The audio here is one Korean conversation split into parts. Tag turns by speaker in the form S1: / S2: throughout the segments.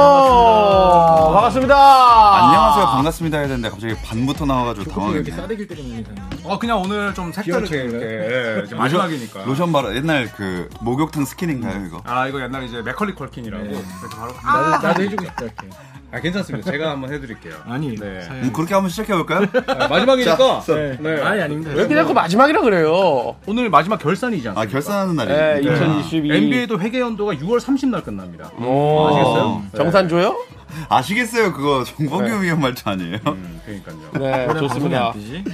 S1: 아이고 반갑습니다. 아,
S2: 아.
S3: 안녕하세요 반갑습니다 해야 되는데 갑자기 반부터 나와가지고
S4: 이렇게
S3: 당황했네
S4: 싸대기를 때리는 이상.
S2: 어 그냥 오늘 좀 색다르게
S4: 귀여운
S2: 이렇게 예, 이제 마지막이니까.
S3: 로션 바르 옛날 그 목욕탕 스킨인가요 이거?
S2: 아 이거 옛날 이제 맥컬리 컬킨이라고
S4: 네.
S2: 그래서 바로
S4: 나도, 나도 해주고 싶다 이렇게.
S2: 아 괜찮습니다. 제가 한번 해드릴게요.
S4: 아니.
S2: 네.
S4: 사연.
S3: 음, 그렇게 한번 시작해 볼까요?
S2: 아, 마지막이니까
S4: 네.
S2: 네.
S4: 아니 아닙니다.
S1: 왜 이렇게 자꾸 마지막이라 그래요?
S2: 오늘 마지막 결산이지 않습니까?
S3: 아 결산하는
S1: 네,
S3: 날이에요.
S1: 2022.
S2: NBA도 회계 연도가 6월 30날 끝납니다.
S1: 오.
S2: 아시겠어요? 네.
S1: 정산조요?
S3: 아시겠어요 그거 정범규 위원 말투 아니에요?
S2: 음, 그러니까요.
S1: 네, 좋습니다.
S4: 뜨지?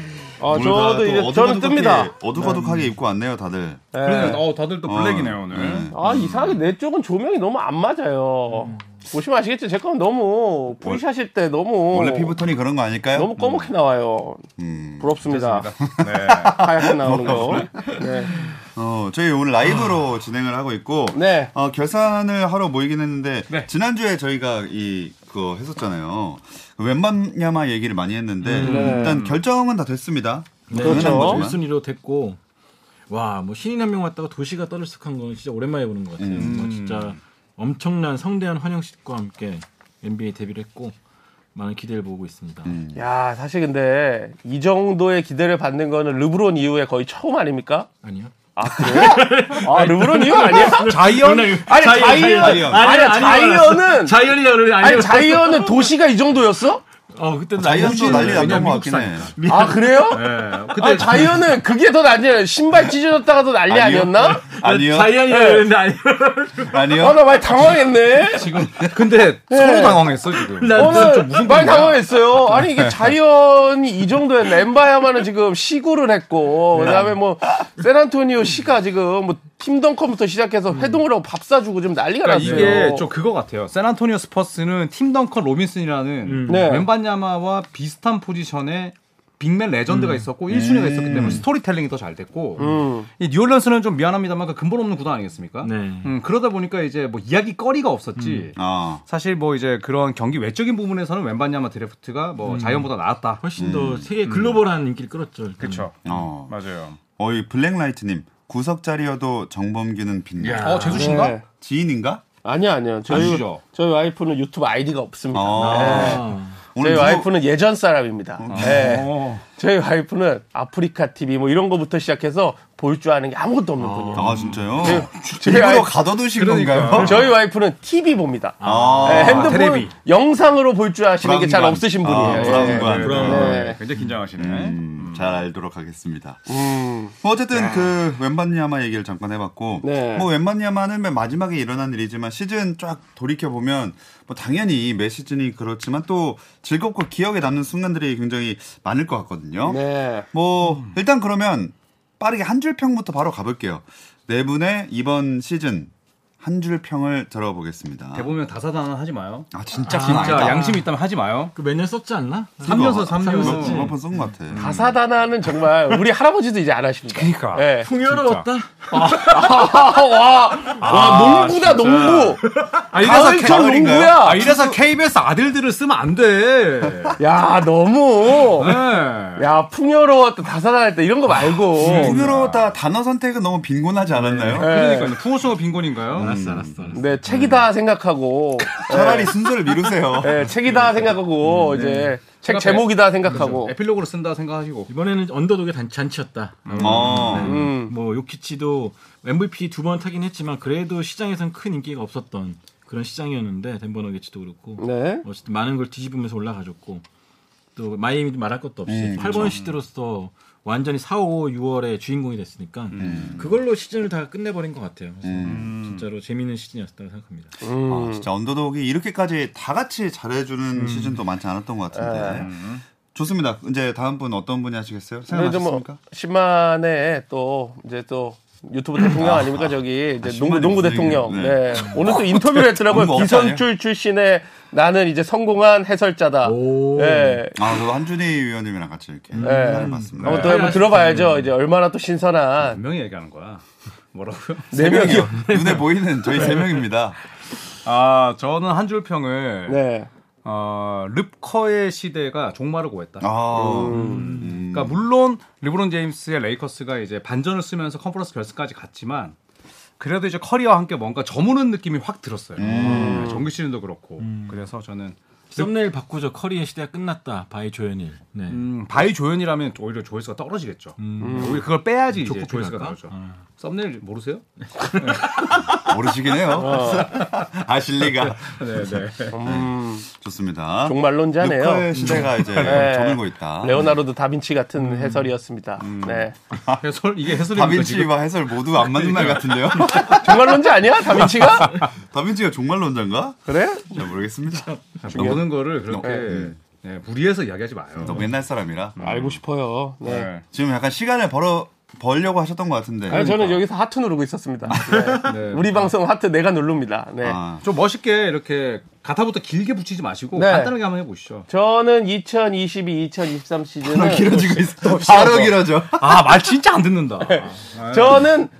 S1: 어,
S3: 오늘가
S1: 저도
S3: 또
S1: 이제 저는
S3: 어둑어둑하게,
S1: 뜹니다.
S3: 어둑어둑하게 입고 왔네요 다들.
S2: 그러면 어 다들 또 블랙이네요 오늘.
S3: 네.
S1: 아 이상하게 내 쪽은 조명이 너무 안 맞아요. 보시면 아시겠지 제 거는 너무 프리샷일 때 너무
S3: 원래 피부톤이 그런 거 아닐까요?
S1: 너무 검게 나와요.
S3: 음.
S1: 부럽습니다.
S2: 네.
S1: 하얗게 나오는 거. 네.
S3: 어, 저희 오늘 라이브로 진행을 하고 있고
S1: 아. 네.
S3: 어, 결산을 하러 모이긴 했는데
S2: 네.
S3: 지난주에 저희가 이 그거 했었잖아요. 그 웬만야마 얘기를 많이 했는데
S4: 음. 네.
S3: 일단 결정은 다 됐습니다. 당연한
S1: 그렇죠.
S3: 거지만.
S4: 1순위로 됐고 와 뭐 신인 한 명 왔다가 도시가 떠들썩한 건 진짜 오랜만에 보는 것 같아요.
S3: 음.
S4: 뭐 진짜 엄청난 성대한 환영식과 함께 NBA 데뷔를 했고 많은 기대를 보고 있습니다.
S3: 네.
S1: 야 사실 근데 이 정도의 기대를 받는 거는 르브론 이후에 거의 처음 아닙니까?
S4: 아니요.
S1: 아 르브론 이후 아니야?
S4: 자이언
S1: 아니 자이언
S3: 자이언.
S1: 아니야 자이언은
S4: 자이언이 오늘
S1: 아니 자이언은 도시가 이 정도였어?
S4: 어 그때
S3: 아, 자이언도 난리 났던 것 같긴 해.
S1: 아 그래요?
S2: 네.
S1: 아 자이언은 그게 더 난리야. 신발 찢어졌다가도 난리
S3: 아니요.
S1: 아니었나? 어,
S3: 아니요.
S4: 자이언이라
S2: 네.
S4: 그랬는데 아니요.
S3: 아니요.
S1: 아나 많이 당황했네.
S2: 지금 근데 서로 당황했어 지금.
S1: 네. 오늘 많이 당황했어요. 아니
S2: 네.
S1: 이게 자이언이 이 정도의 램바야만은 지금 시구를 했고
S2: 네.
S1: 그다음에 뭐 샌안토니오 시가 지금 뭐 팀덩컨부터 시작해서 회동을 하고 밥 사주고 지금 난리가
S2: 음. 그러니까
S1: 났어요.
S2: 이게 좀 그거 같아요. 샌안토니오 스퍼스는 팀 덩컨 로빈슨이라는
S1: 네.
S2: 웬반야마와 비슷한 포지션에 빅맨 레전드가 있었고 1순위가 있었기 때문에 스토리텔링이 더 잘 됐고 이 뉴올리언스는 좀 미안합니다만 그 근본 없는 구단 아니겠습니까?
S4: 네.
S2: 음, 그러다 보니까 이제 뭐 이야기 거리가 없었지.
S3: 아,
S2: 사실 뭐 이제 그런 경기 외적인 부분에서는 웬반야마 드래프트가 뭐 자이언보다 나았다.
S4: 훨씬
S3: 음.
S4: 더 세계 글로벌한 인기를 끌었죠. 일단은.
S2: 그렇죠.
S3: 어.
S2: 맞아요.
S3: 어이 블랙라이트님 구석 자리여도 정범규는 빛나.
S2: 어 제수 씨인가?
S1: 네.
S3: 지인인가?
S1: 아니요 아니요 저희
S2: 아시죠?
S1: 저희 와이프는 유튜브 아이디가 없습니다.
S3: 어.
S1: 네.
S4: 아,
S1: 저희
S3: 누구-
S1: 와이프는 예전 사람입니다. 네.
S2: 어.
S1: 저희 와이프는 아프리카 TV 뭐 이런 거부터 시작해서 볼 줄 아는 게 아무것도 없는 분이에요.
S3: 아 진짜요?
S1: 제
S3: 일부러
S1: 아이-
S3: 가둬두신
S2: 그러니까요.
S3: 건가요?
S1: 저희 와이프는 TV 봅니다.
S3: 아,
S1: 네, 핸드폰
S2: 테레비.
S1: 영상으로 볼 줄 아시는 게 잘
S3: 브라운관.
S1: 없으신
S3: 아,
S1: 분이에요. 예.
S3: 브라운관.
S1: 네.
S2: 굉장히 긴장하시네.
S3: 음, 잘 알도록 하겠습니다.
S1: 음.
S3: 뭐 어쨌든 그 웬반야마 얘기를 잠깐 해봤고,
S1: 네.
S3: 뭐 웬반야마는 맨 마지막에 일어난 일이지만 시즌 쫙 돌이켜 보면 뭐 당연히 매 시즌이 그렇지만 또 즐겁고 기억에 남는 순간들이 굉장히 많을 것 같거든요.
S1: 네.
S3: 뭐 일단 그러면 빠르게 한 줄 평부터 바로 가볼게요. 네 분의 이번 시즌 한 줄 평을 들어보겠습니다.
S2: 대보면 다사다난 하지 마요.
S3: 아 진짜
S2: 진짜 양심 이 있다면 하지 마요.
S4: 그 매년 썼지 않나?
S2: 3년서 3년.
S3: 몇번 쓴 것 같아. 음.
S1: 가사다나는 정말 우리 할아버지도 이제 안 하십니다.
S2: 그러니까.
S1: 예.
S4: 풍요로웠다.
S1: 아, 와, 와 농구다 농구.
S2: 아,
S1: 가을철
S3: 가을인가요?
S1: 농구야.
S2: 아, 이래서 KBS 아들들을 쓰면 안 돼.
S1: 야 너무.
S2: 네.
S1: 야 풍요로웠다 다사다했다 이런 거
S3: 음.
S1: 말고.
S3: 풍요로다 단어 선택은 너무 빈곤하지
S2: 네.
S3: 않았나요?
S2: 그러니까요. 풍어쇼가 빈곤인가요?
S4: 알았어, 알았어, 알았어.
S1: 네 책이다 생각하고.
S3: 차라리 순서를 미루세요.
S1: 네, 책이다 생각하고 이제 책 제목이다 생각하고.
S2: 에필로그로 쓴다 생각하시고.
S4: 이번에는 언더독의 단- 잔치였다.
S3: 어.
S1: 음.
S4: 뭐 요키치도 MVP 두 번 타긴 했지만 그래도 시장에선 큰 인기가 없었던 그런 시장이었는데 덴버 너게츠도 그렇고
S1: 네.
S4: 어쨌든 많은 걸 뒤집으면서 올라가줬고 또 마이애미도 말할 것도 없이 8번 시드로서 완전히 4, 5, 6월의 주인공이 됐으니까 그걸로 시즌을 다 끝내버린 것 같아요. 그래서 진짜로 재밌는 시즌이었다고 생각합니다.
S2: 어,
S1: 음.
S3: 아, 진짜 언더독이 이렇게까지 다 같이 잘해주는 시즌도 많지 않았던 것 같은데.
S1: 네.
S3: 좋습니다. 이제 다음 분 어떤 분이 하시겠어요?
S1: 근데 이제 뭐
S3: 생각하셨습니까?
S1: 10만에 또 이제 또 유튜브 대통령 아닙니까 저기 이제 농구, 농구
S3: 무슨
S1: 대통령.
S3: 얘기예요?
S1: 네. 오늘 또 인터뷰를 했더라고요.
S3: 농구
S1: 기선출 출신의 나는 이제 성공한 해설자다. 예.
S3: 아, 저도 한준희 위원님이랑 같이 이렇게
S1: 네. 음.
S3: 잘 봤습니다.
S1: 한번 또 한번 들어봐야죠. 이제 얼마나 또 신선한
S2: 분명히 얘기하는 거야. 뭐라고요?
S1: 네 명이요.
S3: 눈에 보이는 저희 세 명입니다.
S2: 아, 저는 한 줄 평을.
S1: 네.
S2: 어, 릅커의 시대가 종마르고 했다.
S3: 아,
S1: 음.
S4: 음.
S2: 그러니까 물론 르브론 제임스의 레이커스가 이제 반전을 쓰면서 컨퍼런스 결승까지 갔지만 그래도 이제 커리어와 함께 뭔가 저무는 느낌이 확 들었어요. 네, 정규 시즌도 그렇고.
S4: 음.
S2: 그래서 저는
S4: 썸네일 바꾸죠. 커리의 시대가 끝났다. 바이 조현일. 네.
S2: 음, 바이 조연이라면 오히려 조회수가 떨어지겠죠. 오히려 그걸 빼야지 이제
S4: 조폭
S2: 조회수가
S4: 음. 필요할까? 음.
S2: 나오죠. 썸네일 모르세요?
S3: 모르시긴 해요. 아실 리가.
S2: 네, 네.
S1: 어. 음,
S3: 좋습니다.
S1: 종말론자네요.
S3: 루커의 시대가 이제 저물고 있다.
S1: 레오나르도 다빈치 같은 해설이었습니다. 네.
S2: 해설 이게 해설입니까
S1: 뭐
S2: 지금?
S3: 다빈치와 해설 모두 안 맞는 말 같은데요?
S1: 종말론자 아니야? 다빈치가?
S3: 다빈치가 종말론자인가?
S1: 그래?
S3: 잘 모르겠습니다.
S2: 모든 거를 그렇게
S3: 네.
S2: 네, 무리해서 이야기하지 마요.
S3: 너무 옛날 사람이라.
S1: 알고 싶어요. 네.
S2: 네.
S3: 지금 약간 시간을 벌어, 벌려고 하셨던 것 같은데. 그러니까.
S1: 아니, 저는 여기서 하트 누르고 있었습니다. 그러니까. 네.
S2: 네.
S1: 우리 방송 하트 내가 누릅니다. 네.
S3: 아,
S2: 좀 멋있게 이렇게 가타부터 길게 붙이지 마시고
S1: 네.
S2: 간단하게 한번 해보시죠.
S1: 저는 2022, 2023
S3: 바로
S1: 시즌은
S3: 길어지고 있어. 바로 길어져.
S2: 아 말 진짜 안 듣는다. 아,
S1: 저는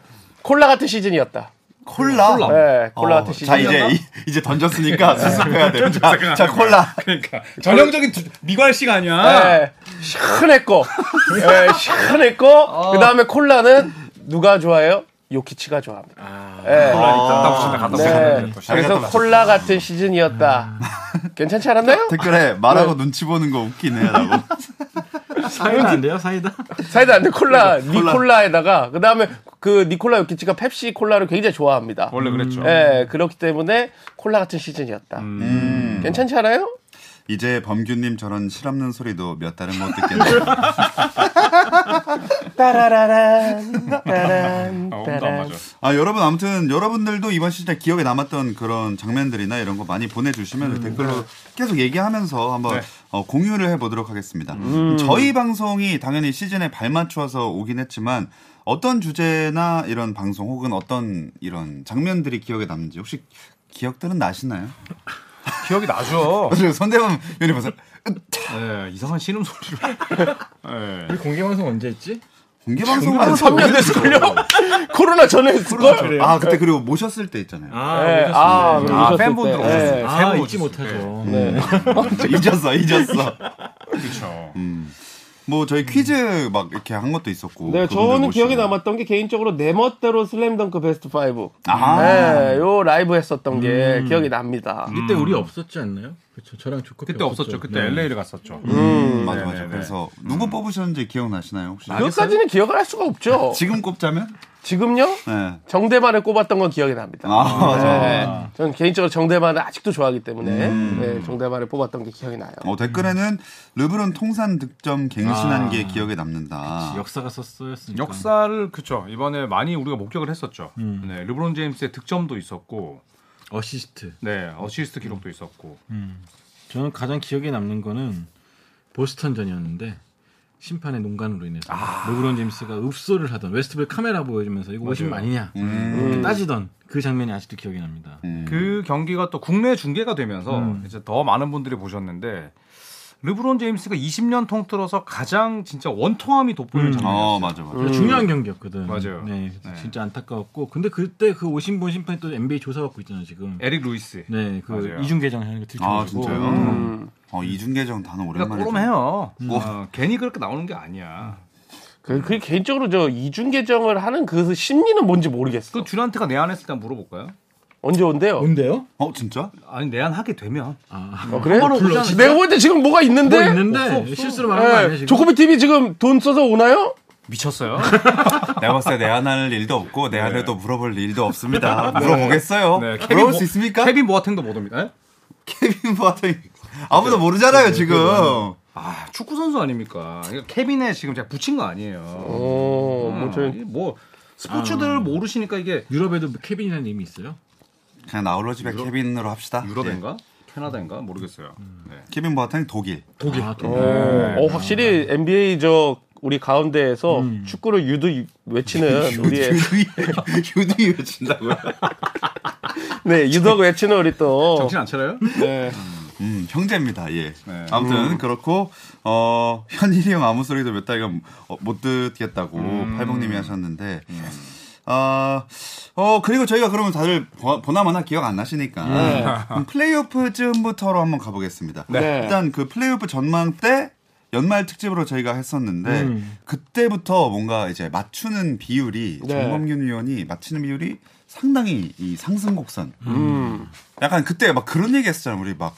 S1: 콜라 같은 시즌이었다.
S3: 콜라.
S2: 콜라.
S1: 네, 콜라
S3: 어,
S1: 같은 네. 시즌.
S3: 자, 이제, 이, 이제 던졌으니까 수습해야 돼. 자, 자, 콜라.
S2: 그러니까 전형적인 두- 미관식 아니야.
S1: 네, 시큰했고, 네, 시큰했고, 그 다음에 콜라는 누가 좋아해요? 요키치가 좋아합니다. 네.
S2: 갔다 오신다 갔다 오신다.
S1: 네.
S3: 알겠다,
S1: 그래서
S3: 맞았다.
S1: 콜라 같은 시즌이었다. 괜찮지 않았나요?
S3: 댓글에 말하고 눈치 보는 거 웃기네. 라고.
S2: 아,
S4: 사이다 안 돼요? 사이다?
S1: 사이다 안 돼. 콜라,
S3: 콜라.
S1: 니콜라에다가, 그 다음에 그 니콜라 요키치가 펩시 콜라를 굉장히 좋아합니다.
S2: 원래 그랬죠.
S1: 예, 그렇기 때문에 콜라 같은 시즌이었다. 괜찮지 않아요?
S3: 이제 범규님 저런 실없는 소리도 몇 달은 못 듣겠네.
S1: 따라라란, 따란,
S2: 아, 엄도 안
S1: 따란.
S2: 맞아.
S3: 아 여러분 아무튼 여러분들도 이번 시즌에 기억에 남았던 그런 장면들이나 이런 거 많이 보내주시면 댓글로 계속 얘기하면서 한번 어, 공유를 해보도록 하겠습니다. 저희 방송이 당연히 시즌에 발맞추어서 오긴 했지만 어떤 주제나 이런 방송 혹은 어떤 이런 장면들이 기억에 남는지 혹시 기억들은 나시나요?
S2: 기억이 나죠.
S3: 어. 선대범 연이 보세요.
S2: 네, 이상한 신음 소리를. 네.
S4: 우리 공개 방송 언제 했지?
S3: 공개 방송은 안
S1: 3년 됐을걸요? 코로나 전에 했을걸?
S3: 했어요. 아 그때 그리고 모셨을 때 있잖아요.
S4: 아,
S1: 예,
S4: 오셨습니다.
S1: 아,
S2: 아,
S1: 오셨을
S2: 팬분들
S1: 때.
S2: 오셨어요.
S1: 예.
S4: 아,
S2: 새해 복
S4: 잊지
S2: 오셨어요. 네.
S4: 못하죠.
S3: 잊었어, 잊었어.
S2: 그렇죠.
S3: 뭐 저희 퀴즈 막 이렇게 한 것도 있었고.
S1: 네,
S3: 그분들
S1: 저는
S3: 모시고.
S1: 기억에 남았던 게 개인적으로 내 멋대로 슬램덩크 베스트 5.
S3: 아.
S1: 네, 요 라이브 했었던 게 기억이 납니다.
S4: 그때 우리 없었지 않나요? 그렇죠. 네. 저랑 조커
S2: 음. 그때 네, 없었죠. 그때 LA를 갔었죠.
S3: 음, 맞아 맞아. 그래서 누구 뽑으셨는지 기억나시나요 혹시?
S1: 그것까지는 기억을 할 수가 없죠.
S3: 지금 꼽자면?
S1: 지금요?
S3: 네.
S1: 정대만을 꼽았던 건 기억이 납니다.
S3: 아 맞아.
S1: 네, 저는 개인적으로 정대만을 아직도 좋아하기 때문에 네, 정대만을 뽑았던 게 기억이 나요.
S3: 어, 댓글에는 르브론 통산 득점 갱신한
S4: 아. 그
S3: 게 기억에 남는다.
S4: 역사가 썼었으니까.
S2: 역사를 그쵸 이번에 많이 우리가 목격을 했었죠.
S3: 음.
S2: 네, 르브론 제임스의 득점도 있었고,
S4: 어시스트.
S2: 네 어시스트
S3: 음.
S2: 기록도 있었고.
S4: 저는 가장 기억에 남는 거는 보스턴전이었는데 심판의 농간으로 인해서
S2: 아.
S4: 르브론 제임스가 읍소를 하던 웨스트브룩 카메라 보여주면서 이거 오심 아니냐
S2: 음.
S4: 이렇게 따지던 그 장면이 아직도 기억에 납니다.
S3: 음.
S2: 그 경기가 또 국내 중계가 되면서 이제 더 많은 분들이 보셨는데 르브론 제임스가 20년 통틀어서 가장 진짜 원통함이 돋보이는 장면.
S3: 어 맞아 맞아.
S4: 그래서 중요한 음. 경기였거든.
S2: 맞아요.
S4: 네, 그래서 진짜 안타까웠고 근데 그때 그 오심본 심판이 또 NBA 조사받고 있잖아요 지금.
S2: 에릭 루이스.
S4: 네, 그
S2: 맞아요.
S4: 이중 계정하는 거 들켜가지고.
S3: 아 진짜요? 어 이중계정 단어
S2: 그러니까
S3: 오랜만에. 좀- 뭐.
S2: 꼬름해요. 어, 괜히 그렇게 나오는 게 아니야.
S1: 그, 그 개인적으로 저 이중 계정을 하는 그 심리는 뭔지 모르겠어.
S2: 그 듀란트가 내한했을 때 한번 물어볼까요?
S1: 언제 온대요?
S4: 뭔데요?
S3: 어 진짜?
S2: 아니 내한하게 되면
S4: 아,
S1: 어, 그래?
S4: 번은 오지 않았어요?
S1: 내가 볼 때 지금 뭐가 있는데?
S2: 네?
S4: 뭐 있는데 실수로 말한 거
S1: 예,
S4: 아니야 지금?
S1: 조코비 TV 지금 돈 써서 오나요?
S2: 미쳤어요.
S3: 내가 봤을 때 내안할 일도 없고 내안에도 물어볼 일도 없습니다. 물어보겠어요.
S2: 네,
S3: 물어볼
S2: 보-
S3: 수 있습니까?
S2: 케빈 보아탱도 못 옵니다. 예?
S3: 케빈 보아탱 아무도 모르잖아요 지금.
S2: 아 축구 선수 아닙니까? 그러니까 케빈에 지금 제가 붙인 거 아니에요.
S1: 어,
S2: 음,
S1: 뭐 저는
S2: 이게 뭐 스포츠들 모르시니까 이게
S4: 유럽에도 뭐 케빈이라는 이름이 있어요?
S3: 그냥 나홀로 집에 케빈으로 합시다.
S2: 유럽인가 네. 캐나다인가 모르겠어요. 네.
S3: 예. 케빈 보아탱 독일.
S4: 독일. 아, 독일.
S1: 어, 확실히 NBA 저 우리 가운데에서
S4: 음.
S1: 축구를 유두 외치는 우리의
S3: 유두이 외친다고요?
S1: 네 유독 외치는 우리 또
S2: 정신 안 차려요?
S1: 네.
S3: 음, 형제입니다. 예.
S2: 네.
S3: 아무튼
S1: 음.
S3: 그렇고 어, 현일이 형 아무 소리도 몇 달간 어, 못 듣겠다고 팔봉님이 하셨는데. 아, 어, 그리고 저희가 그러면 다들 보- 보나마나 기억 안 나시니까. 그럼 플레이오프 쯤부터로 한번 가보겠습니다.
S1: 네.
S3: 일단 그 플레이오프 전망 때 연말 특집으로 저희가 했었는데 그때부터 뭔가 이제 맞추는 비율이
S1: 음. 네.
S3: 정범균 의원이 맞추는 비율이 상당히 이 상승 곡선.
S1: 음.
S3: 약간 그때 막 그런 얘기 했었잖아요. 우리 막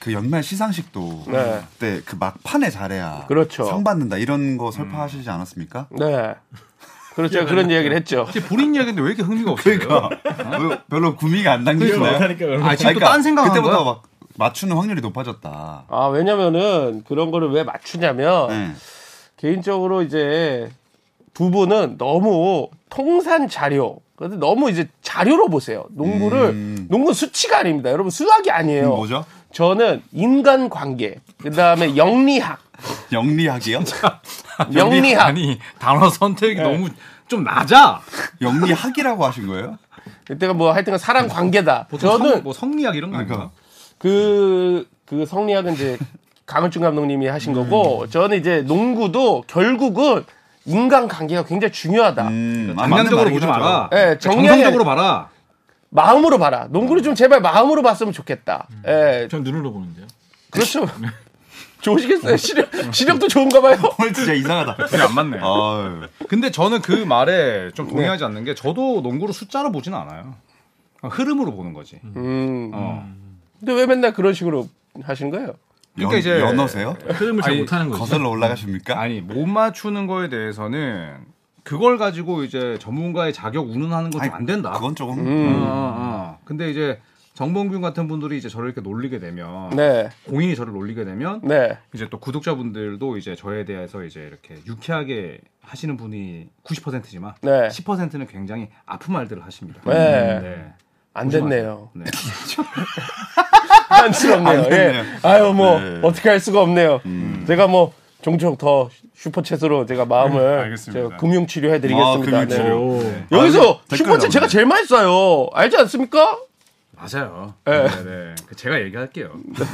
S3: 그 연말 시상식도
S1: 네.
S3: 그때 그 막판에 잘해야
S1: 그렇죠.
S3: 상 받는다 이런 거 설파하시지 않았습니까?
S1: 네. 그렇죠. 제가 그런 이야기를 했죠.
S2: 이제 본인 이야기인데 왜 이렇게 흥미가 없어요?
S3: 그러니까 왜 별로 구미가 안 당기시나요? 그러니까
S4: 못하니까 그런
S2: 아,
S4: 거.
S2: 지금 또 딴 생각 하는
S3: 그때보다
S2: 거야?
S3: 막 맞추는 확률이 높아졌다.
S1: 아, 왜냐면은 그런 거를 왜 맞추냐면
S3: 네.
S1: 개인적으로 이제 두 분은 너무 통산 자료. 근데 너무 이제 자료로 보세요. 농구를
S3: 음.
S1: 농구 수치가 아닙니다. 여러분 수학이
S2: 네.
S1: 아니에요.
S3: 그럼 뭐죠?
S1: 저는 인간 관계, 그다음에 영리학,
S3: 영리학이요?
S1: 영리학.
S2: 아니 단어 선택이 너무 좀 낮아.
S3: 영리학이라고 하신 거예요?
S1: 그때가 뭐 하여튼 사람 관계다.
S2: 보통 성,
S1: 저는
S2: 뭐 성리학 이런 거 아닌가?
S3: 그러니까.
S1: 그, 그 성리학은 이제 강은준 감독님이 하신 거고, 저는 이제 농구도 결국은 인간 관계가 굉장히 중요하다.
S3: 음, 아, 맞는
S2: 그러니까 장면적으로
S3: 말이긴
S2: 보지
S3: 하죠.
S2: 마라. 그러니까
S1: 예, 정리학이-
S2: 정성적으로 봐라.
S1: 마음으로 봐라. 농구를 좀 제발 마음으로 봤으면 좋겠다. 예,
S4: 전 눈으로 보는데요.
S1: 그렇죠. 좋으시겠어요? 시력, 시력도 좋은가 봐요.
S3: 오늘 진짜 이상하다. 어,
S2: 그게 안 맞네.
S3: 아유.
S2: 근데 저는 그 말에 좀 동의하지 않는 게 저도 농구를 숫자로 보진 않아요. 그냥 흐름으로 보는 거지.
S1: 음.
S2: 어.
S1: 근데 왜 맨날 그런 식으로 하시는 거예요?
S2: 그러니까
S3: 연-
S2: 이제-
S3: 연어세요?
S4: 흐름을 잘
S2: 아니,
S4: 못하는 거죠.
S3: 거슬러 올라가십니까?
S2: 아니 못 맞추는 거에 대해서는 그걸 가지고 이제 전문가의 자격 운운하는 건 안 된다.
S3: 그건 조금
S2: 어,
S1: 음.
S2: 어. 근데 이제 정범균 같은 분들이 이제 저를 이렇게 놀리게 되면
S3: 어.
S1: 네,
S2: 공인이 저를 놀리게 되면
S1: 네.
S2: 이제 또 구독자분들도 이제 저에 대해서 이제 이렇게 유쾌하게 하시는 분이 90%지만
S1: 네.
S2: 10%는 굉장히 아픈 말들을 하십니다.
S1: 네.
S2: 네.
S1: 안 됐네요.
S2: 네.
S1: 안쓰럽네요.
S3: 안
S1: 예.
S3: 됐네요.
S1: 아유, 뭐,
S3: 네. 음.
S1: 어떻게 할 수가 없네요. 제가 뭐, 종종 더 슈퍼챗으로 제가 마음을
S5: 알겠습니다.
S1: 제가 금융치료 해드리겠습니다.
S3: 네, 아, 금융치료.
S1: 네.
S4: 오.
S1: 여기서
S3: 댓글
S1: 슈퍼챗 제가
S3: 나오네.
S1: 제일 많이 써요. 알지 않습니까?
S2: 맞아요.
S1: 예.
S2: 네. 네. 그 제가 얘기할게요. 네.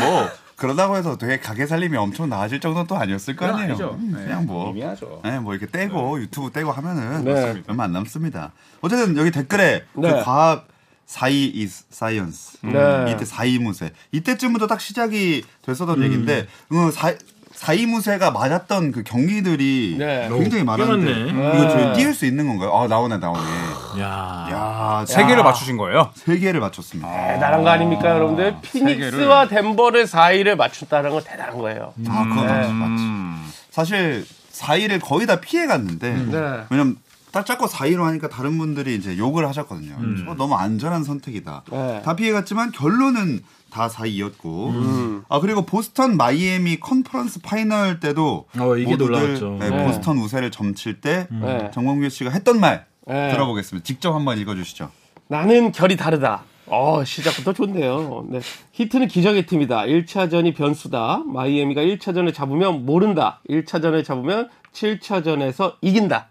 S3: 뭐 그러다고 해서 되게 가게 살림이 엄청 나아질 정도는 또 아니었을 거
S2: 그건
S3: 아니에요.
S2: 아니죠.
S3: 음,
S2: 네.
S3: 그냥 뭐.
S2: 미안하죠.
S3: 네, 뭐 이렇게 떼고 유튜브 떼고 하면은
S1: 네.
S3: 맞습니다. 얼마 안 남습니다. 어쨌든 여기 댓글에
S1: 네.
S3: 그 과학 사이 is science 음,
S1: 네.
S3: 이때 사이무새 이때쯤부터 딱 시작이 됐었던 얘기인데 음, 사, 사이무새가 맞았던 그 경기들이
S1: 네.
S3: 굉장히 많았는데
S4: 꽤
S1: 많네.
S3: 이거
S1: 네.
S3: 저희 띄울 수 있는 건가요? 아 나오네 나오네.
S4: 아. 야.
S3: 야,
S2: 세 개를 맞추신 거예요?
S3: 세 개를 맞췄습니다.
S1: 대단한 거 아닙니까, 여러분들? 피닉스와 덴버를 4위를 맞춘다는 건 대단한 거예요.
S3: 아, 그건 맞지, 맞지.
S2: 음.
S3: 사실 4위를 거의 다 피해 갔는데
S4: 음.
S1: 네.
S3: 왜냐면 딱 잡고 4위로 하니까 다른 분들이 이제 욕을 하셨거든요.
S4: 음.
S3: 저거 너무 안전한 선택이다.
S1: 네.
S3: 다 피해 갔지만 결론은 다 4위였고.
S4: 음.
S3: 아 그리고 보스턴 마이애미 컨퍼런스 파이널 때도
S4: 어, 이게
S3: 모두들,
S4: 놀라웠죠. 음.
S3: 네,
S1: 네.
S3: 보스턴 우세를 점칠 때
S1: 네.
S3: 정광규 씨가 했던 말
S1: 네.
S3: 들어보겠습니다. 직접 한번 읽어주시죠.
S1: 나는 결이 다르다. 어, 시작부터 좋네요. 네. 히트는 기적의 팀이다. 1차전이 변수다. 마이애미가 1차전을 잡으면 모른다. 1차전을 잡으면 7차전에서 이긴다.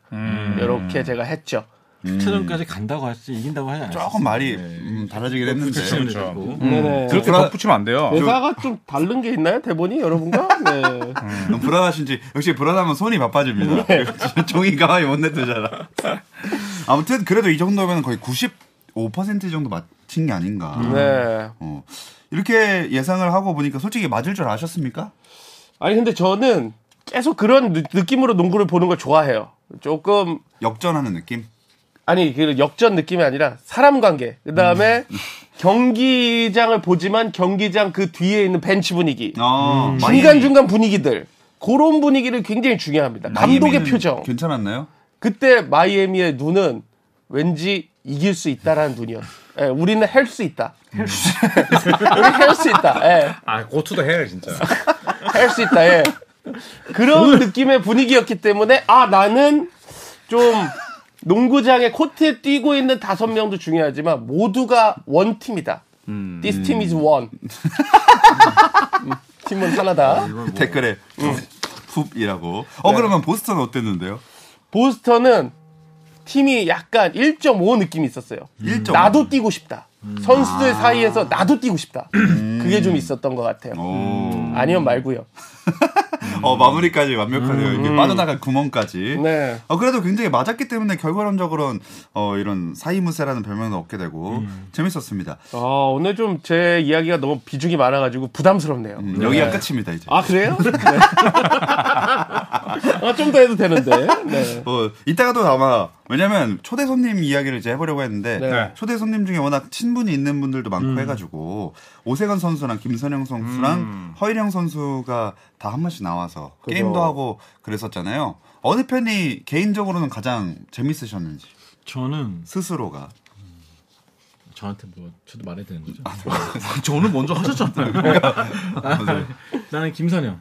S1: 이렇게 제가 했죠.
S4: 7차전까지 간다고 할지 이긴다고 하지 않았어요.
S3: 음. 조금 음. 말이 음, 달라지긴 했는데
S4: 네. 그렇죠.
S1: 네네.
S2: 그렇게 덧붙이면 안 돼요.
S1: 대사가 좀 다른 게 있나요? 대본이 여러분과? 네.
S3: 너무 불안하신지 역시 불안하면 손이 바빠집니다.
S1: 네.
S3: 종이 가만히 못 내두잖아. 아무튼 그래도 이 정도면 거의 95% 정도 맞힌 게 아닌가.
S1: 네.
S3: 어. 이렇게 예상을 하고 보니까 솔직히 맞을 줄 아셨습니까?
S1: 아니, 근데 저는 계속 그런 느- 느낌으로 농구를 보는 걸 좋아해요. 조금
S3: 역전하는 느낌.
S1: 아니 그 역전 느낌이 아니라 사람 관계 그 다음에 경기장을 보지만 경기장 그 뒤에 있는 벤치 분위기
S3: 아, 마이애미.
S1: 음, 중간 중간 분위기들 그런 분위기를 굉장히 중요합니다 감독의
S3: 마이애미는 그
S1: 표정
S3: 괜찮았나요?
S1: 그때 마이애미의 눈은 왠지 이길 수 있다라는 눈이었. 예, 우리는 할 수 있다.
S3: 음.
S1: 우리 할 수 있다. 예,
S2: 아, 고투도 해요, 진짜.
S1: 할 수 있다. 예. 그런 느낌의 분위기였기 때문에 아 나는 좀 농구장에 코트에 뛰고 있는 다섯 명도 중요하지만 모두가 원 팀이다. This team is one. 음, 팀은 하나다.
S3: 댓글에
S1: 음.
S3: 훅이라고.
S1: 네.
S3: 어 그러면 보스턴 어땠는데요?
S1: 보스턴은 팀이 약간 1.5 느낌이 있었어요.
S3: 1.5.
S1: 나도 뛰고 싶다. 선수들 사이에서
S3: 어.
S1: 나도 뛰고 싶다. 그게 좀 있었던 것 같아요.
S3: 오.
S1: 아니면 말고요.
S3: 어, 마무리까지 완벽하네요. 이게
S2: 음,
S3: 빠져나갈 구멍까지.
S1: 네.
S3: 어, 그래도 굉장히 맞았기 때문에 결과론적으로는 어, 이런 사이무새라는 별명도 얻게 되고
S2: 음.
S3: 재밌었습니다.
S1: 아, 오늘 좀 제 이야기가 너무 비중이 많아가지고 부담스럽네요.
S3: 음,
S1: 네.
S3: 여기가 끝입니다, 이제.
S1: 아, 그래요? 네. 아, 좀 더 해도 되는데. 네.
S3: 어, 이따가도 아마 왜냐면 초대 손님 이야기를 이제 해보려고 했는데
S1: 네.
S3: 초대 손님 중에 워낙 친분이 있는 분들도 많고
S2: 음.
S3: 해가지고 오세근 선수랑 김선영 선수랑
S2: 음.
S3: 허일영 선수가 다 한 번씩 나와서
S1: 그죠.
S3: 게임도 하고 그랬었잖아요. 어느 편이 개인적으로는 가장 재밌으셨는지
S4: 저는
S3: 스스로가
S4: 저한테 뭐 저도 말해야 되는 거죠.
S3: 아.
S2: 저는 먼저 하셨잖아요.
S3: 맞아요.
S4: 나는 김선영.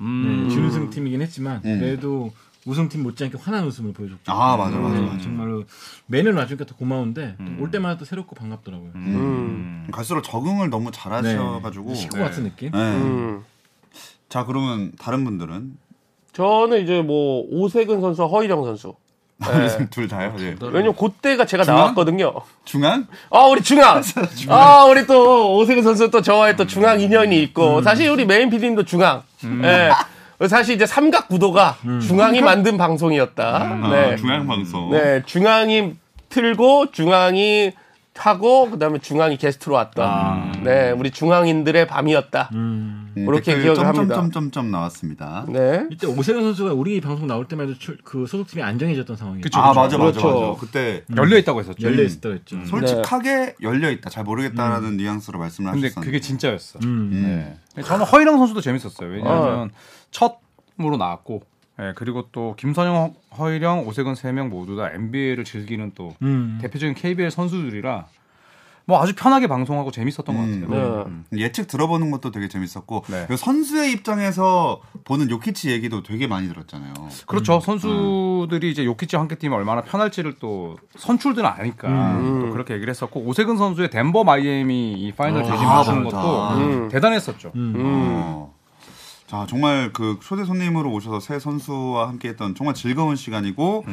S3: 음.
S2: 음.
S4: 네, 준우승 팀이긴 했지만 그래도 우승팀 못지않게 환한 웃음을 보여줬고.
S3: 아 맞아 맞아
S4: 네,
S3: 맞아 음.
S4: 정말로 매년 와주니까 더 고마운데 올 때마다 또 새롭고 반갑더라고요.
S1: 음.
S3: 갈수록 적응을 너무 잘하셔가지고
S4: 식구
S3: 네.
S4: 같은 느낌.
S1: 음.
S3: 자 그러면 다른 분들은
S1: 저는 이제 뭐, 오세근 선수와 허일영 선수. 네.
S3: 둘 다요 예.
S1: 왜냐면 그때가 제가
S3: 중앙?
S1: 나왔거든요.
S3: 중앙
S1: 아 우리 중앙. 아 우리 또 오세근 선수 또 저와의 또 중앙 인연이 있고 사실 우리 메인 PD님도 중앙. 예. 사실 이제 삼각 구도가 중앙이 만든 방송이었다.
S3: 음.
S1: 네.
S3: 아, 중앙 방송
S1: 네, 중앙이 틀고 중앙이 하고 그다음에 중앙이 게스트로 왔다.
S2: 아.
S1: 네, 우리 중앙인들의 밤이었다.
S3: 음,
S1: 그렇게
S3: 댓글
S1: 기억을 합니다.
S3: 점점점점 나왔습니다.
S1: 네.
S4: 이때 오세근 선수가 우리 방송 나올 때만 해도 출- 그 소속팀이 안정해졌던 상황이에요.
S3: 아 맞아 맞아
S1: 그렇죠.
S3: 맞아. 그때
S2: 열려 있다고 했었죠.
S4: 열려
S3: 음.
S4: 있었다고 했죠.
S3: 솔직하게 열려 있다. 잘 모르겠다라는
S1: 음.
S3: 뉘앙스로 말씀을
S2: 근데
S3: 하셨었는데.
S2: 그게 진짜였어.
S4: 음.
S2: 네. 저는 허일영 선수도 재밌었어요. 왜냐하면 첫으로 나왔고, 예, 그리고 또 김선영, 허- 허일영, 오세근 세 명 모두 다 NBA를 즐기는 또
S4: 음.
S2: 대표적인 KBL 선수들이라 뭐 아주 편하게 방송하고 재밌었던
S3: 음.
S2: 것
S1: 네.
S2: 같아요.
S3: 예측 들어보는 것도 되게 재밌었고
S2: 네.
S3: 그 선수의 입장에서 보는 요키치 얘기도 되게 많이 들었잖아요.
S2: 그렇죠. 선수들이 이제 요키치 함께 팀이 얼마나 편할지를 또 선출들은 아니까 또 그렇게 얘기를 했었고 오세근 선수의 덴버 마이애미 이 파이널 대진
S3: 아,
S2: 맞추는
S3: 맞다.
S2: 것도
S1: 음.
S2: 대단했었죠.
S3: 어. 자 정말 그 초대 손님으로 오셔서 새 선수와 함께했던 정말 즐거운 시간이고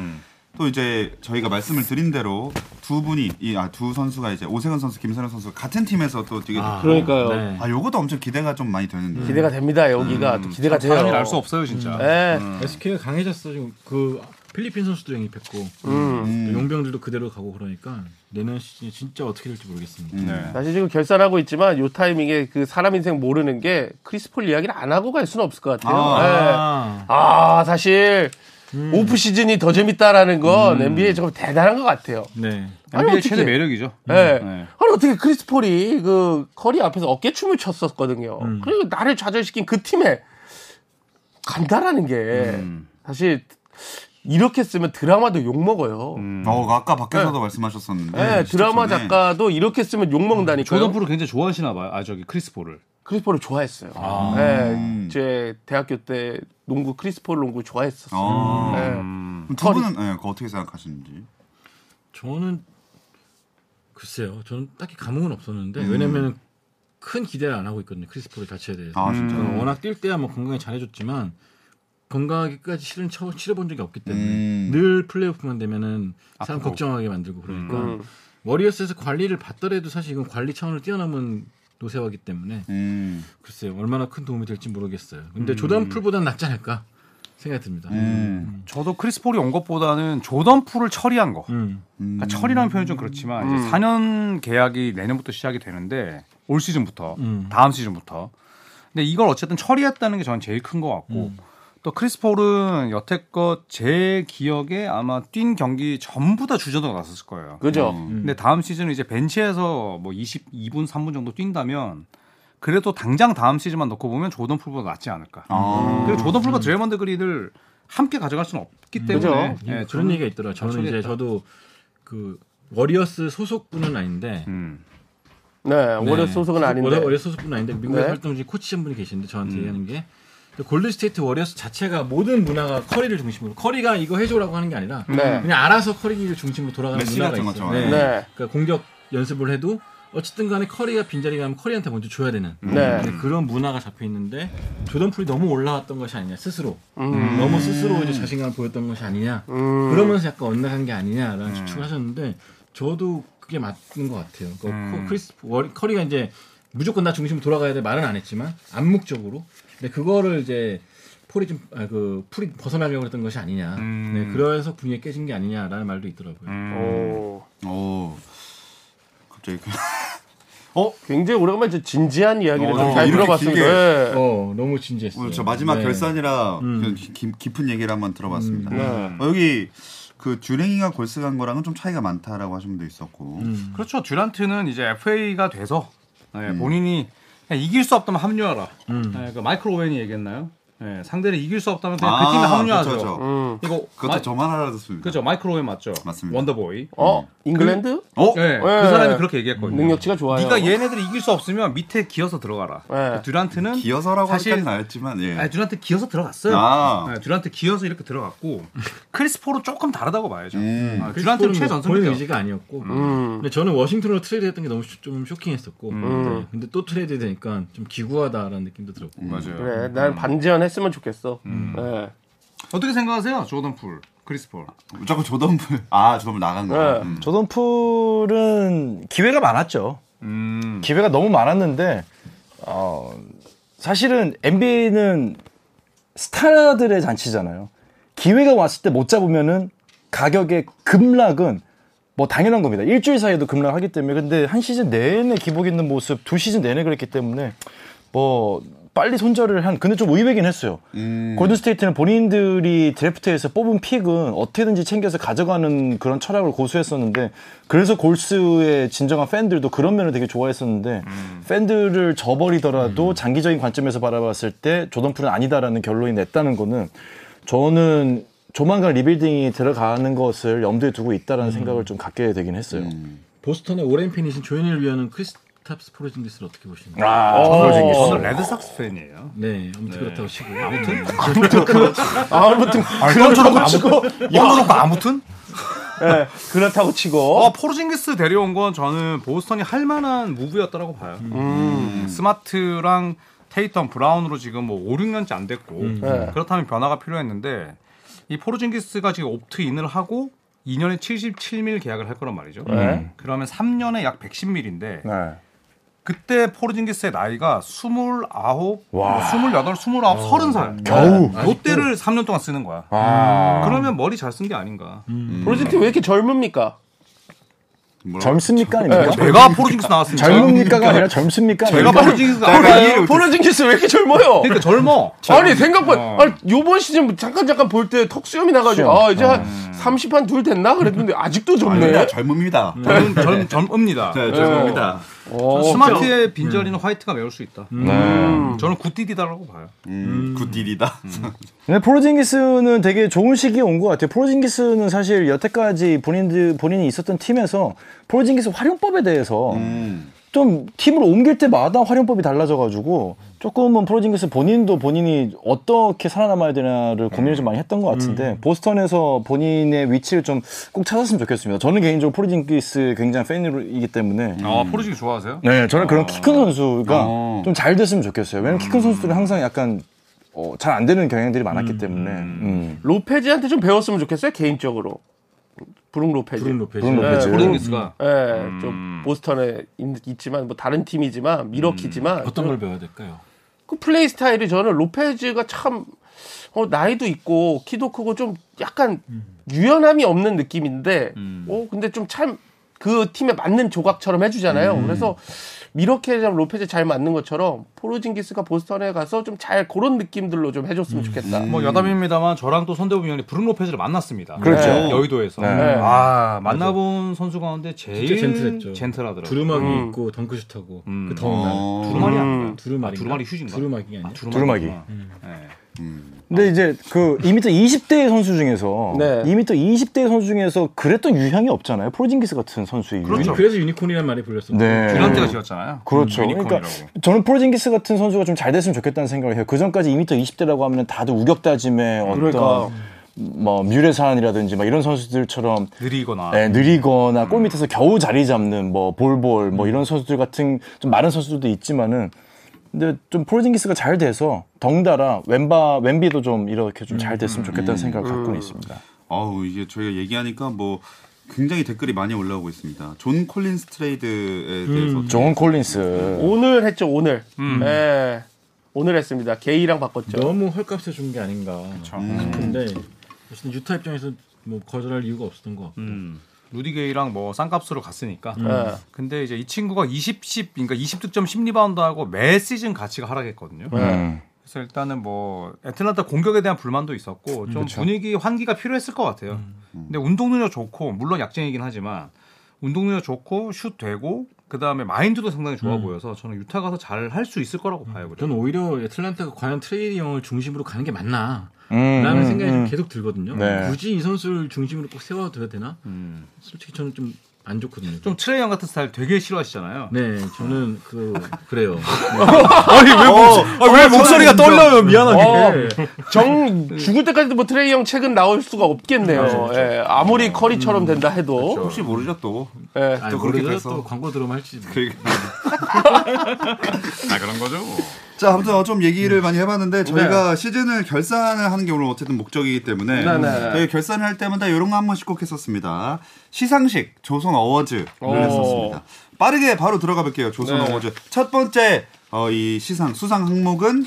S3: 또 이제 저희가 말씀을 드린 대로 두 분이 이아두 선수가 이제 오세근 선수, 김선영 선수 같은 팀에서 또 되게
S4: 아,
S1: 그러니까요.
S4: 네.
S3: 아 요것도 엄청 기대가 좀 많이 되는데
S1: 기대가 됩니다. 여기가 또 기대가 돼요.
S2: 음. 사람이 알수 없어요, 음. 진짜.
S1: 네.
S3: 음.
S4: SK가 강해졌어 지금 그 필리핀 선수도 영입했고
S3: 음.
S4: 또 용병들도 그대로 가고 그러니까 내년 시즌이 진짜 어떻게 될지 모르겠습니다.
S3: 네.
S1: 사실 지금 결산하고 있지만 요 타이밍에 그 사람 인생 모르는 게 크리스폴 이야기를 안 하고 갈 수는 없을 것 같아요. 네.
S4: 아,
S1: 아 사실
S2: 음.
S1: 오프 시즌이 더 재밌다라는 건 NBA 정말 대단한 것 같아요.
S4: 네.
S1: 아니,
S2: NBA
S1: 어떻게-
S2: 최대 매력이죠.
S1: 예.
S3: 음,
S2: 네.
S1: 아니 어떻게 크리스폴이 그 커리 앞에서 어깨춤을 췄었거든요.
S3: 음.
S1: 그리고 나를 좌절시킨 그 팀에 간다라는 게
S3: 음.
S1: 사실 이렇게 쓰면 드라마도 욕 먹어요.
S3: 어, 아까 밖에서도 말씀하셨었는데
S1: 예,
S3: 네, 진짜
S1: 드라마
S3: 전에
S1: 작가도 이렇게 쓰면 욕 먹는다니까.
S2: 조던
S1: 요
S2: 프로 굉장히 좋아하시나 봐요. 아 저기 크리스포를.
S1: 크리스폴을 좋아했어요. 예, 제 대학교 때 농구 크리스폴 농구 좋아했었어요.
S3: 어.
S1: 예.
S3: 그럼 두 분은 예, 그거 어떻게 생각하시는지
S4: 저는 글쎄요. 저는 딱히 감흥은 없었는데
S3: 음.
S4: 왜냐면 큰 기대를 안 하고 있거든요. 크리스포를 자체에 대해서.
S3: 아 진짜
S4: 저는 워낙 뛸 때야 뭐 건강에 잘해줬지만 건강하기까지 실은 처, 치러본 적이 없기 때문에
S3: 음.
S4: 늘 플레이오프만 되면은 사람
S2: 아프고.
S4: 걱정하게 만들고 그러니까
S1: 음.
S4: 워리어스에서 관리를 받더라도 사실 이건 관리 차원을 뛰어넘은 노세화기 때문에
S3: 음.
S4: 글쎄요 얼마나 큰 도움이 될지 모르겠어요.
S2: 음.
S4: 근데 조던 풀보다는 낫지 않을까 생각이 듭니다.
S2: 네.
S3: 음.
S2: 저도 크리스폴이 온 것보다는 조던 풀을 처리한 거.
S4: 음.
S2: 그러니까 처리라는 표현이 좀 그렇지만 이제 4년 계약이 내년부터 시작이 되는데 올 시즌부터
S4: 음.
S2: 다음 시즌부터. 근데 이걸 어쨌든 처리했다는 게 저는 제일 큰 것 같고 또 크리스폴은 여태껏 제 기억에 아마 뛴 경기 전부 다 주전으로 나섰을 거예요.
S1: 그죠?
S2: 근데 다음 시즌은 이제 벤치에서 뭐 22분 3분 정도 뛴다면 그래도 당장 다음 시즌만 놓고 보면 조던 풀보다 낫지 않을까.
S3: 아.
S2: 그리고 조던 풀과 드레먼드 그린을 함께 가져갈 수는 없기
S3: 음,
S2: 때문에
S1: 그죠.
S2: 예,
S4: 예, 그런
S2: 저는-
S4: 얘기가 있더라. 저는 이제
S2: 처리했다.
S4: 저도 그 워리어스 소속분은 아닌데
S2: 음.
S1: 네, 월요 소속은 아닌데.
S4: 워리어 소속분은 아닌데 미국에
S1: 네.
S4: 서 활동 중인 코치 한 분이 계시는데 저한테
S2: 음.
S4: 얘기하는 게 골드스테이트 워리어스 자체가 모든 문화가 커리를 중심으로 커리가 이거 해줘라고 하는 게 아니라
S1: 네.
S4: 그냥 알아서 커리를 중심으로 돌아가는
S3: 메시
S4: 문화가
S3: 같은
S4: 있어요.
S3: 것처럼.
S4: 네.
S1: 네.
S4: 그러니까 공격 연습을 해도 어쨌든 간에 커리가 빈자리가 하면 커리한테 먼저 줘야 되는
S1: 네.
S4: 근데 그런 문화가 잡혀 있는데 조던풀이 너무 올라왔던 것이 아니냐 스스로 음. 너무 스스로 이제 자신감을 보였던 것이 아니냐 그러면서 약간 엇나간 게 아니냐라는 추측을 하셨는데 저도 그게 맞는 것 같아요. 그러니까 커- 크리스 워- 커리가 이제 무조건 나 중심으로 돌아가야 돼 말은 안 했지만 암묵적으로 근데 그거를 이제 폴이 좀 그 풀이 벗어나려고 했던 것이 아니냐.
S2: 음.
S4: 네, 그래서 분위기 깨진 게 아니냐라는 말도 있더라고요.
S3: 음.
S1: 오.
S3: 오. 어. 갑자기 그-
S1: 어, 굉장히 오래간만에 저 진지한 이야기를
S3: 어,
S1: 좀
S3: 어,
S1: 잘
S3: 이렇게
S1: 들어봤습니다.
S3: 길게.
S1: 예.
S4: 어 너무 진지했어요.
S3: 오늘 저 마지막
S4: 네.
S3: 결산이라
S4: 음.
S3: 그 깊- 깊은 얘기를 한번 들어봤습니다.
S1: 네.
S3: 어, 여기 그 듀랭이가 골스간 거랑은 좀 차이가 많다라고 하신 분도 있었고.
S4: 음.
S2: 그렇죠. 듀란트는 이제 FA가 돼서 네,
S3: 음.
S2: 본인이 그냥 이길 수 없다면 합류하라.
S4: 음.
S2: 네, 그 마이클 오웬이 얘기했나요? 네, 상대를 이길 수 없다면 그냥
S3: 아,
S2: 그 팀에 합류하죠.
S3: 그쵸, 그쵸.
S1: 음.
S2: 이거
S3: 그것도
S2: 마-
S3: 저만 알아듣습니다.
S2: 그죠 마이클 오웬 맞죠?
S3: 맞습니다.
S2: 원더보이.
S1: 어, 잉글랜드?
S3: 어?
S2: 네,
S1: 예.
S2: 그 사람이 그렇게 얘기했거든요.
S1: 능력치가 좋아요.
S2: 네가 얘네들이 이길 수 없으면 밑에 기어서 들어가라.
S1: 네.
S2: 듀란트는
S3: 기어서라고
S2: 사실-
S3: 하기까지 나였지만 예.
S2: 아니, 듀란트 기어서 들어갔어요.
S3: 아.
S2: 네, 듀란트 기어서 이렇게 들어갔고 크리스포는 조금 다르다고 봐야죠.
S3: 음.
S2: 아,
S4: 크리스폴은
S2: 듀란트는
S4: 뭐
S2: 최전성이죠.
S4: 본인 의지가 아니었고.
S1: 음.
S4: 근데 저는 워싱턴으로 트레이드했던 게 너무 쇼- 좀 쇼킹했었고. 네. 근데 또 트레이드 되니까 좀 기구하다라는 느낌도 들었고.
S2: 맞아요.
S1: 그래, 난 반지연 했으면 좋겠어. 예.
S2: 어떻게 생각하세요, 조던 풀, 크리스폴?
S3: 자꾸 조던풀. 아, 조던풀 나간 거.
S1: 네.
S3: 음.
S5: 조던풀은 기회가 많았죠.
S2: 음,
S5: 기회가 너무 많았는데 어, 사실은 NBA는 스타들의 잔치잖아요. 기회가 왔을 때 못 잡으면은 가격의 급락은 뭐 당연한 겁니다. 일주일 사이에도 급락하기 때문에 근데 한 시즌 내내 기복 있는 모습, 두 시즌 내내 그랬기 때문에 뭐 빨리 손절을 한 근데 좀 의외긴 했어요. 골든 스테이트는 본인들이 드래프트에서 뽑은 픽은 어떻게든지 챙겨서 가져가는 그런 철학을 고수했었는데 그래서 골스의 진정한 팬들도 그런 면을 되게 좋아했었는데 팬들을 저버리더라도 장기적인 관점에서 바라봤을 때 조던풀은 아니다라는 결론이 냈다는 거는 저는 조만간 리빌딩이 들어가는 것을 염두에 두고 있다라는 생각을 좀 갖게 되긴 했어요.
S4: 보스턴의 오랜 팬이신 조현일 위원은 크리스탑스 포르징기스를 어떻게 보시나요?
S5: 아,
S4: 어.
S2: 저는 레드삭스 팬이에요.
S4: 네, 아무튼 그렇다고 네. 치고 아무튼
S1: 아무튼
S2: 그런 줄 알고 치고, 이런 줄 아무튼?
S1: 예, 그렇다고 치고.
S2: 어, 포르징기스 데려온 건 저는 보스턴이 할 만한 무브였다라고 봐요. 음. 스마트랑 테이텀 브라운으로 지금 뭐 5, 6년째 안 됐고
S1: 네.
S2: 그렇다면 변화가 필요했는데 이 포르징기스가 지금 옵트인을 하고 2년에 77밀 계약을 할 거란 말이죠.
S5: 네.
S2: 그러면 3년에 약 110밀인데
S5: 네.
S2: 그때 포르징기스의 나이가 뭐 29, 28, 29, 30살. 아,
S5: 겨우.
S2: 요때를 3년 동안 쓰는 거야.
S5: 아. 음.
S2: 그러면 머리 잘 쓴 게 아닌가.
S1: 프로젝트 왜 이렇게 젊습니까?
S3: 뭐라고?
S5: 젊습니까? 아닙니까? 네.
S2: 내가 포르징기스 나왔으니까.
S5: 젊습니까가 아니라 젊습니까?
S2: 제가
S5: 아닙니까?
S2: 포르징기스가
S3: 내가
S2: 아니에요.
S3: 이해를 못했어.
S1: 포르징기스 왜 이렇게 젊어요?
S2: 그러니까 젊어.
S1: 아니 생각보다 아니, 요번 시즌 뭐 잠깐 잠깐 볼 때 턱수염이 나가지고 아 이제 한 30한 둘 됐나 그랬는데 아직도 젊네.
S3: 아닙니다. 젊음입니다.
S2: 젊, 젊, 젊습니다. 어,
S3: 네, 죄송합니다.
S2: 스마트의 빈자리는 화이트가 메울 수 있다.
S5: 네.
S1: 음.
S2: 저는 굿디디다라고 봐요.
S3: 음, 굿딜이다.
S5: 근데 포르징기스는 네, 되게 좋은 시기에 온 것 같아요. 포르징기스는 사실 여태까지 본인들 본인이 있었던 팀에서 포르징기스 활용법에 대해서
S3: 음.
S5: 좀 팀을 옮길 때마다 활용법이 달라져가지고 조금은 프로징기스 본인도 본인이 어떻게 살아남아야 되나를 고민을 좀 많이 했던 것 같은데 보스턴에서 본인의 위치를 좀 꼭 찾았으면 좋겠습니다. 저는 개인적으로 프로징기스 굉장히 팬이기 때문에
S2: 아, 포르징기 좋아하세요?
S5: 네, 저는 그런 키 큰 선수가
S3: 어.
S5: 좀 잘 됐으면 좋겠어요. 왜냐면 키 큰 선수들은 항상 약간 어, 잘 안 되는 경향들이 많았기 때문에 음.
S1: 로페즈한테 좀 배웠으면 좋겠어요 개인적으로. 브룩 로페즈.
S4: 브룬 로페즈.
S5: 브룬 로페즈.
S1: 네, 브룬-
S2: 포르징기스가.
S1: 예, 좀 보스턴에 있, 있지만 뭐 다른 팀이지만 미러키지만
S4: 음. 어떤 걸 배워야 될까요?
S1: 그 플레이 스타일이 저는 로페즈가 참 어, 나이도 있고 키도 크고 좀 약간 유연함이 없는 느낌인데 어 근데 좀 참 그 팀에 맞는 조각처럼 해주잖아요. 그래서 미러케이랑 로페즈 잘 맞는 것처럼 포르징기스가 보스턴에 가서 좀 잘 그런 느낌들로 좀 해줬으면 좋겠다.
S2: 뭐 여담입니다만 저랑 또 선대부 위원이 브룬 로페즈를 만났습니다.
S5: 그렇죠.
S2: 네, 여의도에서.
S5: 네.
S2: 아, 만나본 선수 가운데 제일
S4: 진짜 젠틀했죠.
S2: 젠틀하더라고요.
S4: 두루마기
S1: 음.
S4: 있고 덩크슛하고
S2: 음.
S4: 그 더운 날.
S3: 어.
S2: 두루마리 아닌가?
S4: 두루마리.
S2: 두루마리 휴지인가?
S4: 두루마기 아니야?
S5: 두루마기.
S2: 음. 네.
S5: 근데 이제 그 2m 20대의 선수 중에서
S1: 네.
S5: 2m 20대의 선수 중에서 그랬던 유형이 없잖아요. 프로징기스 같은 선수의 유형이.
S2: 그렇죠.
S4: 그래서 유니콘이라는 말이 불렸었고.
S5: 네.
S2: 듀란트가 지었잖아요.
S5: 그렇죠.
S2: 음,
S5: 그러니까
S2: 유니콘이라고.
S5: 저는 포르징기스 같은 선수가 좀 잘 됐으면 좋겠다는 생각을 해요. 그 전까지 2m 20대라고 하면 다들 우격다짐에 어떤
S1: 그러니까.
S5: 뭐 뮤레산이라든지 막 이런 선수들처럼
S2: 느리거나
S4: 아.
S5: 네, 느리거나 골 밑에서 겨우 자리 잡는 뭐 볼볼 뭐 이런 선수들 같은 좀 많은 선수들도 있지만은 근데 좀 포르징기스가 잘 돼서 덩달아 웬바 웬비도 좀 이렇게 좀 잘 됐으면
S4: 음.
S5: 좋겠다는 생각을 갖고는 있습니다.
S3: 아우 이게 저희가 얘기하니까 뭐 굉장히 댓글이 많이 올라오고 있습니다. 존 콜린스 트레이드에 대해서
S5: 존 콜린스
S1: 오늘 했죠 오늘. 예. 오늘 했습니다. 게이랑 바꿨죠.
S4: 너무 헐값에 준 게 아닌가
S3: 음.
S4: 싶은데 어쨌든 유타 입장에서 뭐 거절할 이유가 없었던 것
S2: 음.
S4: 같고
S2: 루디게이랑 뭐 쌍값으로 갔으니까.
S4: 음. 네.
S1: 예.
S2: 근데 이제 이 친구가 20, 10, 그러니까 20득점 10리바운드하고 매 시즌 가치가 하락했거든요.
S4: 네.
S5: 음.
S2: 그래서 일단은 뭐 애틀란타 공격에 대한 불만도
S4: 음,
S2: 있었고 좀
S4: 그렇죠.
S2: 분위기 환기가 필요했을 것 같아요. 음. 근데 운동 능력 좋고 물론 약쟁이긴 하지만 운동 능력 좋고 슛 되고 그 다음에 마인드도 상당히 좋아 보여서 저는 유타 가서 잘 할 수 있을 거라고 봐요. 그래요.
S4: 음. 저는 오히려 애틀란타가 과연 트레이드 형을 중심으로 가는 게 맞나
S5: 음,
S4: 라는
S5: 음,
S4: 생각이 좀
S5: 음.
S4: 계속 들거든요.
S5: 네.
S4: 굳이 이 선수를 중심으로 꼭 세워둬야 되나? 솔직히 저는 좀 안 좋거든요.
S2: 좀 트레이 형 같은 스타일 되게 싫어하시잖아요.
S4: 네, 저는 그 그래요.
S5: 아니 왜,
S3: 어!
S5: 목, 아, 왜 목소리가 떨려요? 미안하게.
S1: 어, 정 죽을 때까지도 뭐 트레이 형 책은 나올 수가 없겠네요. 예, 아무리 커리처럼 된다 해도
S3: 혹시 모르죠 또.
S1: 예.
S4: 아니,
S3: 또 그렇게
S4: 모르죠.
S3: 돼서.
S4: 또 광고 들어오면 할지. 뭐. 도
S6: 아 그런 거죠. 뭐.
S3: 자, 아무튼 좀 얘기를 많이
S1: 네.
S3: 해봤는데 저희가 시즌을 결산을 하는 게 오늘 어쨌든 목적이기 때문에
S1: 네, 네.
S3: 저희 결산을 할 때마다 이런 거 한 번씩 꼭 했었습니다. 시상식 조선 어워즈를
S1: 오.
S3: 했었습니다. 빠르게 바로 들어가 볼게요. 조선
S1: 네.
S3: 어워즈 첫 번째 어, 이 시상 수상 항목은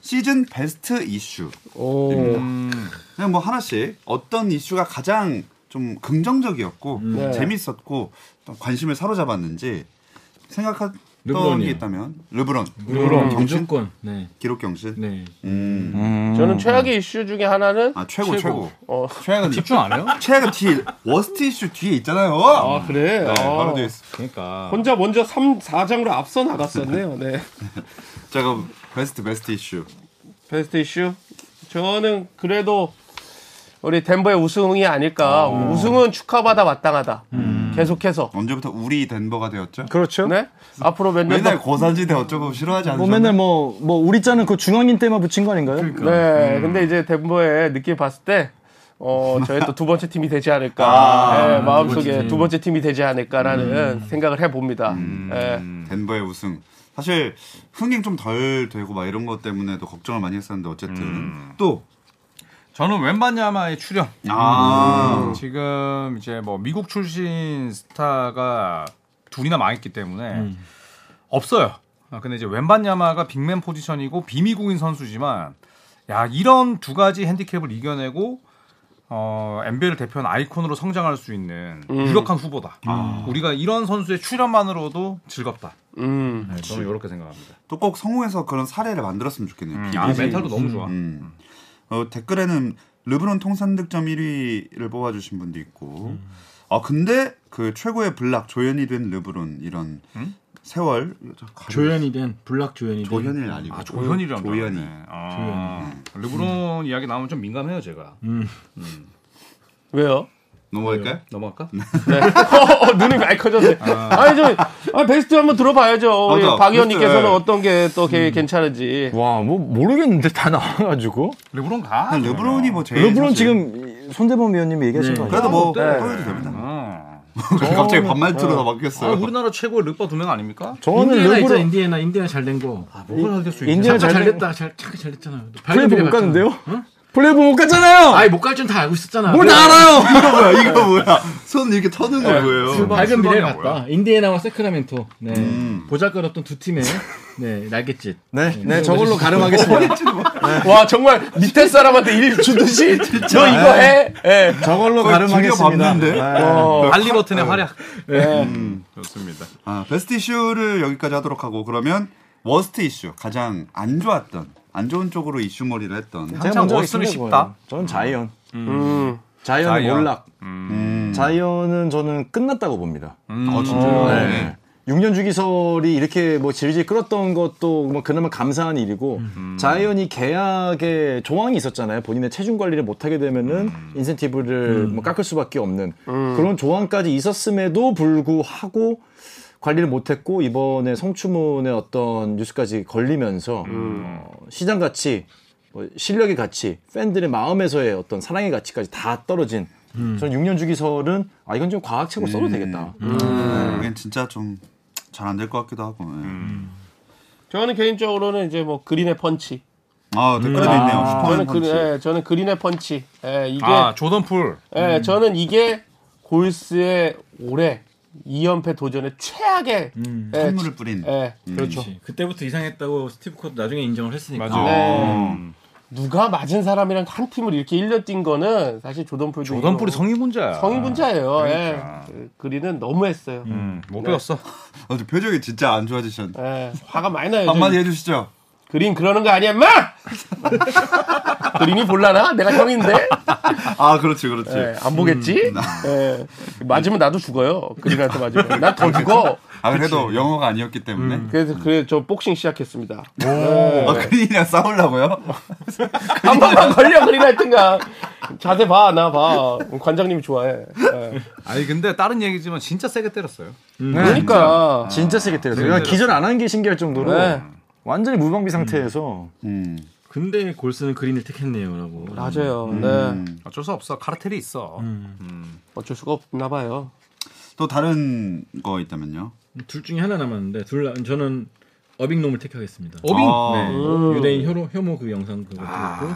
S3: 시즌 베스트 이슈.
S1: 오.
S3: 그냥 뭐 하나씩 어떤 이슈가 가장 좀 긍정적이었고
S1: 네.
S3: 재밌었고 또 관심을 사로잡았는지 생각했던
S4: 르브론이요.
S3: 게 있다면 르브론,
S4: 물론
S3: 경신
S4: 무조건. 네,
S3: 기록 경신.
S4: 네.
S3: 음.
S1: 저는 최악의 이슈 중에 하나는
S3: 아 최고 최고.
S1: 어.
S3: 최악은
S2: 집중 안 해요?
S3: 최악은 뒤 워스트 이슈 뒤에 있잖아요.
S1: 아 그래.
S3: 네,
S1: 아.
S3: 바로 뒤에 있어.
S2: 그러니까
S1: 혼자 먼저 3, 4장으로 앞서 나갔었네요. 네.
S3: 자 그럼 베스트 베스트 이슈.
S1: 베스트 이슈. 저는 그래도 우리 덴버의 우승이 아닐까. 음. 우승은 축하받아 마땅하다. 계속해서.
S3: 언제부터 우리 덴버가 되었죠?
S5: 그렇죠.
S1: 네? 앞으로 몇 년 더.
S3: 맨날 고산지대 어쩌고 싫어하지
S5: 뭐
S3: 않으셨나요?
S5: 맨날 뭐, 뭐, 우리 자는 그 중앙인 때만 붙인 거 아닌가요?
S4: 그러니까.
S3: 음.
S1: 네. 근데 이제 덴버의 느낌 봤을 때, 어, 저의 또 두 번째 팀이 되지 않을까.
S3: 아,
S1: 예, 마음속에
S4: 번째 팀.
S1: 두 번째 팀이 되지 않을까라는
S3: 음.
S1: 생각을 해봅니다. 예.
S2: 음.
S3: 덴버의 우승. 사실 흥행 좀 덜 되고 막 이런 것 때문에도 걱정을 많이 했었는데 어쨌든
S2: 음.
S3: 또.
S2: 저는 웬만냐마의 출연.
S3: 아.
S2: 어. 지금 이제 뭐 미국 출신 스타가 둘이나 망했기 때문에 없어요. 아, 근데 이제 웬반야마가 빅맨 포지션이고 비미국인 선수지만 야 이런 두 가지 핸디캡을 이겨내고 어, NBA를 대표하는 아이콘으로 성장할 수 있는 유력한 후보다. 우리가 이런 선수의 출연만으로도 즐겁다.
S1: 음.
S2: 네, 저는 이렇게 생각합니다.
S3: 또 꼭 성공해서 그런 사례를 만들었으면 좋겠네요.
S2: 아, 멘탈도 너무 좋아.
S3: 음. 어, 댓글에는 르브론 통산 득점 1위를 뽑아주신 분도 있고,
S2: 음.
S3: 아 근데 그 최고의 블락 조연이 된 르브론 이런
S2: 음?
S3: 세월
S4: 조연이 된 블락 조연이 된
S3: 조연이 아니고
S2: 아 조현이랑
S3: 조현이.
S2: 아, 르브론 이야기 나오면 좀 민감해요 제가.
S1: 왜요?
S3: 넘어갈까요?
S2: 넘어갈까?
S1: 네. 어, 눈이 많이 커졌네. 아. 니 저, 아, 베스트 한번 들어봐야죠. 우리
S3: 맞아,
S1: 박
S3: 베스트,
S1: 의원님께서는
S3: 네.
S1: 어떤 게 또 괜찮은지.
S5: 와, 뭐, 모르겠는데 다 나와가지고.
S2: 르브론 가.
S3: 아, 르브론이 뭐 제일
S5: 르브론
S3: 사실-
S5: 지금 손대범 위원님이 얘기하신
S4: 네.
S5: 거 아니에요?
S3: 그래도 뭐
S2: 네.
S3: 보여도 됩니다.
S2: 아,
S3: 갑자기 반말투로 다 바뀌었어요.
S2: 우리나라 최고의 르바 두 명 아닙니까?
S5: 저는
S4: 인디애나 있죠
S5: 르브론,
S4: 인디애나 인디애나 잘 된 거. 아,
S2: 뭐가 잘될수
S5: 인디애나
S4: 잠깐
S5: 잘,
S4: 잘
S5: 잘
S4: 됐다. 잘 잠깐 잘 됐잖아요.
S5: 플레이오프 못
S4: 발리비리
S5: 갔는데요?
S4: 갔잖아. 응?
S5: 플레이오프 못 갔잖아요!
S4: 아니 못갈 줄 다 알고 있었잖아.
S5: 뭘 다 알아요!
S3: 이거 뭐야? 이거 뭐야? 손 이렇게 터는 거 뭐예요?
S4: 어, 밝은 미래 같다. 인디애나와 세크라멘토. 네. 보잘것없던 두 팀의 네 날갯짓.
S5: 네, 네, 저걸로 가름하겠습니다.
S1: 와, 정말 밑에 사람한테 일 주듯이 너 이거 해. 예.
S5: 저걸로 가름하겠습니다. 네.
S3: 밟는데?
S1: 어,
S2: 발리버튼의 활약. 음.
S3: 아, 베스트 이슈를 여기까지 하도록 하고 그러면 워스트 이슈 가장 안 좋았던 안 좋은 쪽으로 이슈몰이를 했던
S5: 제가 먼저
S2: 워스는
S5: 하겠습니다,
S2: 쉽다.
S5: 그거는. 저는 자이언.
S1: 음.
S5: 자이언은
S2: 자이언.
S5: 몰락.
S3: 음.
S5: 자이언은 저는 끝났다고 봅니다.
S3: 어 진짜요? 네.
S5: 6년 주기설이 이렇게 뭐 질질 끌었던 것도 뭐 그나마 감사한 일이고 자이언이 계약에 조항이 있었잖아요. 본인의 체중 관리를 못하게 되면은 인센티브를 뭐 깎을 수밖에 없는 그런 조항까지 있었음에도 불구하고 관리를 못했고 이번에 성추문의 어떤 뉴스까지 걸리면서 어, 시장 가치, 뭐 실력의 가치, 팬들의 마음에서의 어떤 사랑의 가치까지 다 떨어진. 저는 6년 주기설은 아 이건 좀 과학책으로 써도 되겠다.
S3: 음. 이건 진짜 좀 잘 안 될 것 같기도 하고. 예.
S1: 저는 개인적으로는 이제 뭐 그린의 펀치.
S3: 아 댓글에도 있네요.
S1: 저는
S3: 슈퍼맨
S1: 그,
S3: 아, 펀치.
S1: 예, 저는 그린의 펀치. 예, 이게
S2: 아 조던 풀.
S1: 예, 저는 이게 골스의 올해 2연패 도전에 최악의 예,
S3: 선물을 뿌린.
S1: 예, 그렇죠.
S4: 그치. 그때부터 이상했다고 스티브 코도 나중에 인정을 했으니까.
S2: 맞아요.
S1: 네.
S2: 음.
S1: 누가 맞은 사람이랑 한 팀을 이렇게 1년 뛴 거는 사실 조던풀
S2: 조던풀이 성인분자야.
S1: 네. 성인분자예요.
S2: 그러니까.
S1: 예. 그 그리는 너무했어요.
S2: 음, 못 배웠어.
S3: 어, 저 표정이 진짜 안 좋아지셨는데.
S1: 예, 화가 많이 나요.
S3: 한마디 해주시죠.
S1: 그린 그러는 거 아니야, 마! 그린이 볼라나? 내가 형인데?
S3: 아, 그렇지, 그렇지.
S1: 예, 안 보겠지?
S2: 음.
S1: 예, 맞으면 나도 죽어요. 그린한테 맞으면. 난 더 죽어.
S3: 아, 그래도 영어가 아니었기 때문에.
S1: 그래서 그래 저 복싱 시작했습니다.
S3: 아, 그린이랑 싸우려고요?
S1: 한 번만 걸려 그린 할든가 자세 봐, 나 봐. 관장님이 좋아해. 예.
S2: 아니 근데 다른 얘기지만 진짜 세게 때렸어요.
S1: 그러니까
S5: 진짜 세게 때렸어요. 내가 기절 안 한 게 신기할 정도로
S1: 네.
S5: 완전히 무방비 상태에서
S3: 음.
S4: 근데 골스는 그린을 택했네요라고.
S1: 맞아요. 네.
S2: 어쩔 수 없어. 카르텔이 있어.
S1: 어쩔 수가 없나 봐요.
S3: 또 다른 거 있다면요?
S4: 음, 둘 중에 하나 남았는데 둘 나- 저는 어빙놈을 택하겠습니다.
S2: 어빙.
S3: 아,
S1: 음.
S4: 유대인 혐오, 혐오 그 영상 그것도 있고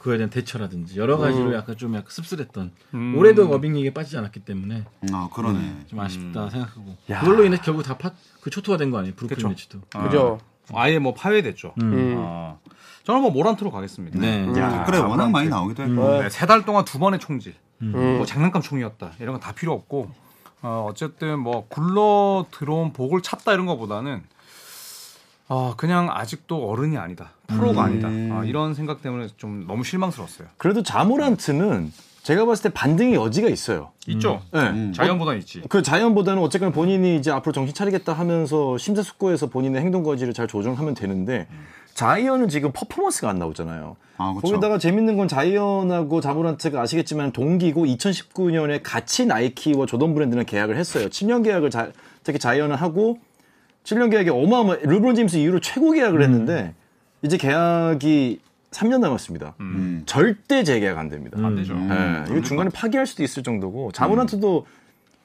S4: 그거에 대한 대처라든지 여러 가지로 약간 좀 약간 씁쓸했던 올해도 어빙에게 빠지지 않았기 때문에
S3: 아, 그러네.
S4: 좀 아쉽다 생각하고 그걸로 인해 결국 다그 초토화 된 거 아니에요 브루클린
S2: 그쵸.
S4: 매치도
S1: 그죠?
S2: 아예 뭐 파회됐죠.
S1: 음.
S2: 아, 저는 뭐 모란트로 가겠습니다. 네,
S4: 네.
S5: 음.
S3: 댓글에
S5: 아,
S3: 워낙
S5: 그,
S3: 많이 나오기도 했고.
S2: 세 달 동안 두 번의 총질,
S1: 음.
S2: 뭐 장난감 총이었다 이런 건 다 필요 없고 어, 어쨌든 뭐 굴러 들어온 복을 찾다 이런 거보다는 아 그냥 아직도 어른이 아니다 프로가
S5: 음.
S2: 아니다 아, 이런 생각 때문에 좀 너무 실망스러웠어요.
S5: 그래도 자모란트는 제가 봤을 때 반등의 여지가 있어요.
S2: 있죠. 음.
S5: 네.
S2: 자연보다 있지.
S5: 그 자연보다는 어쨌건 본인이 이제 앞으로 정신 차리겠다 하면서 심사숙고해서 본인의 행동 거지를 잘 조정하면 되는데 자이언은 지금 퍼포먼스가 안 나오잖아요.
S3: 아, 그쵸.
S5: 거기다가 재밌는 건 자이언하고 자모란트가 아시겠지만 동기고 2019년에 같이 나이키와 조던 브랜드는 계약을 했어요. 7년 계약을 자- 특히 자이언은 하고 7년 계약이 어마어마 르브론 제임스 이후로 최고
S2: 음.
S5: 계약을 했는데 이제 계약이 3년 남았습니다. 절대 재계약 안 됩니다.
S2: 음. 안 되죠.
S1: 음.
S5: 예, 이거
S1: 그러니까.
S5: 중간에 파기할 수도 있을 정도고 자모란트도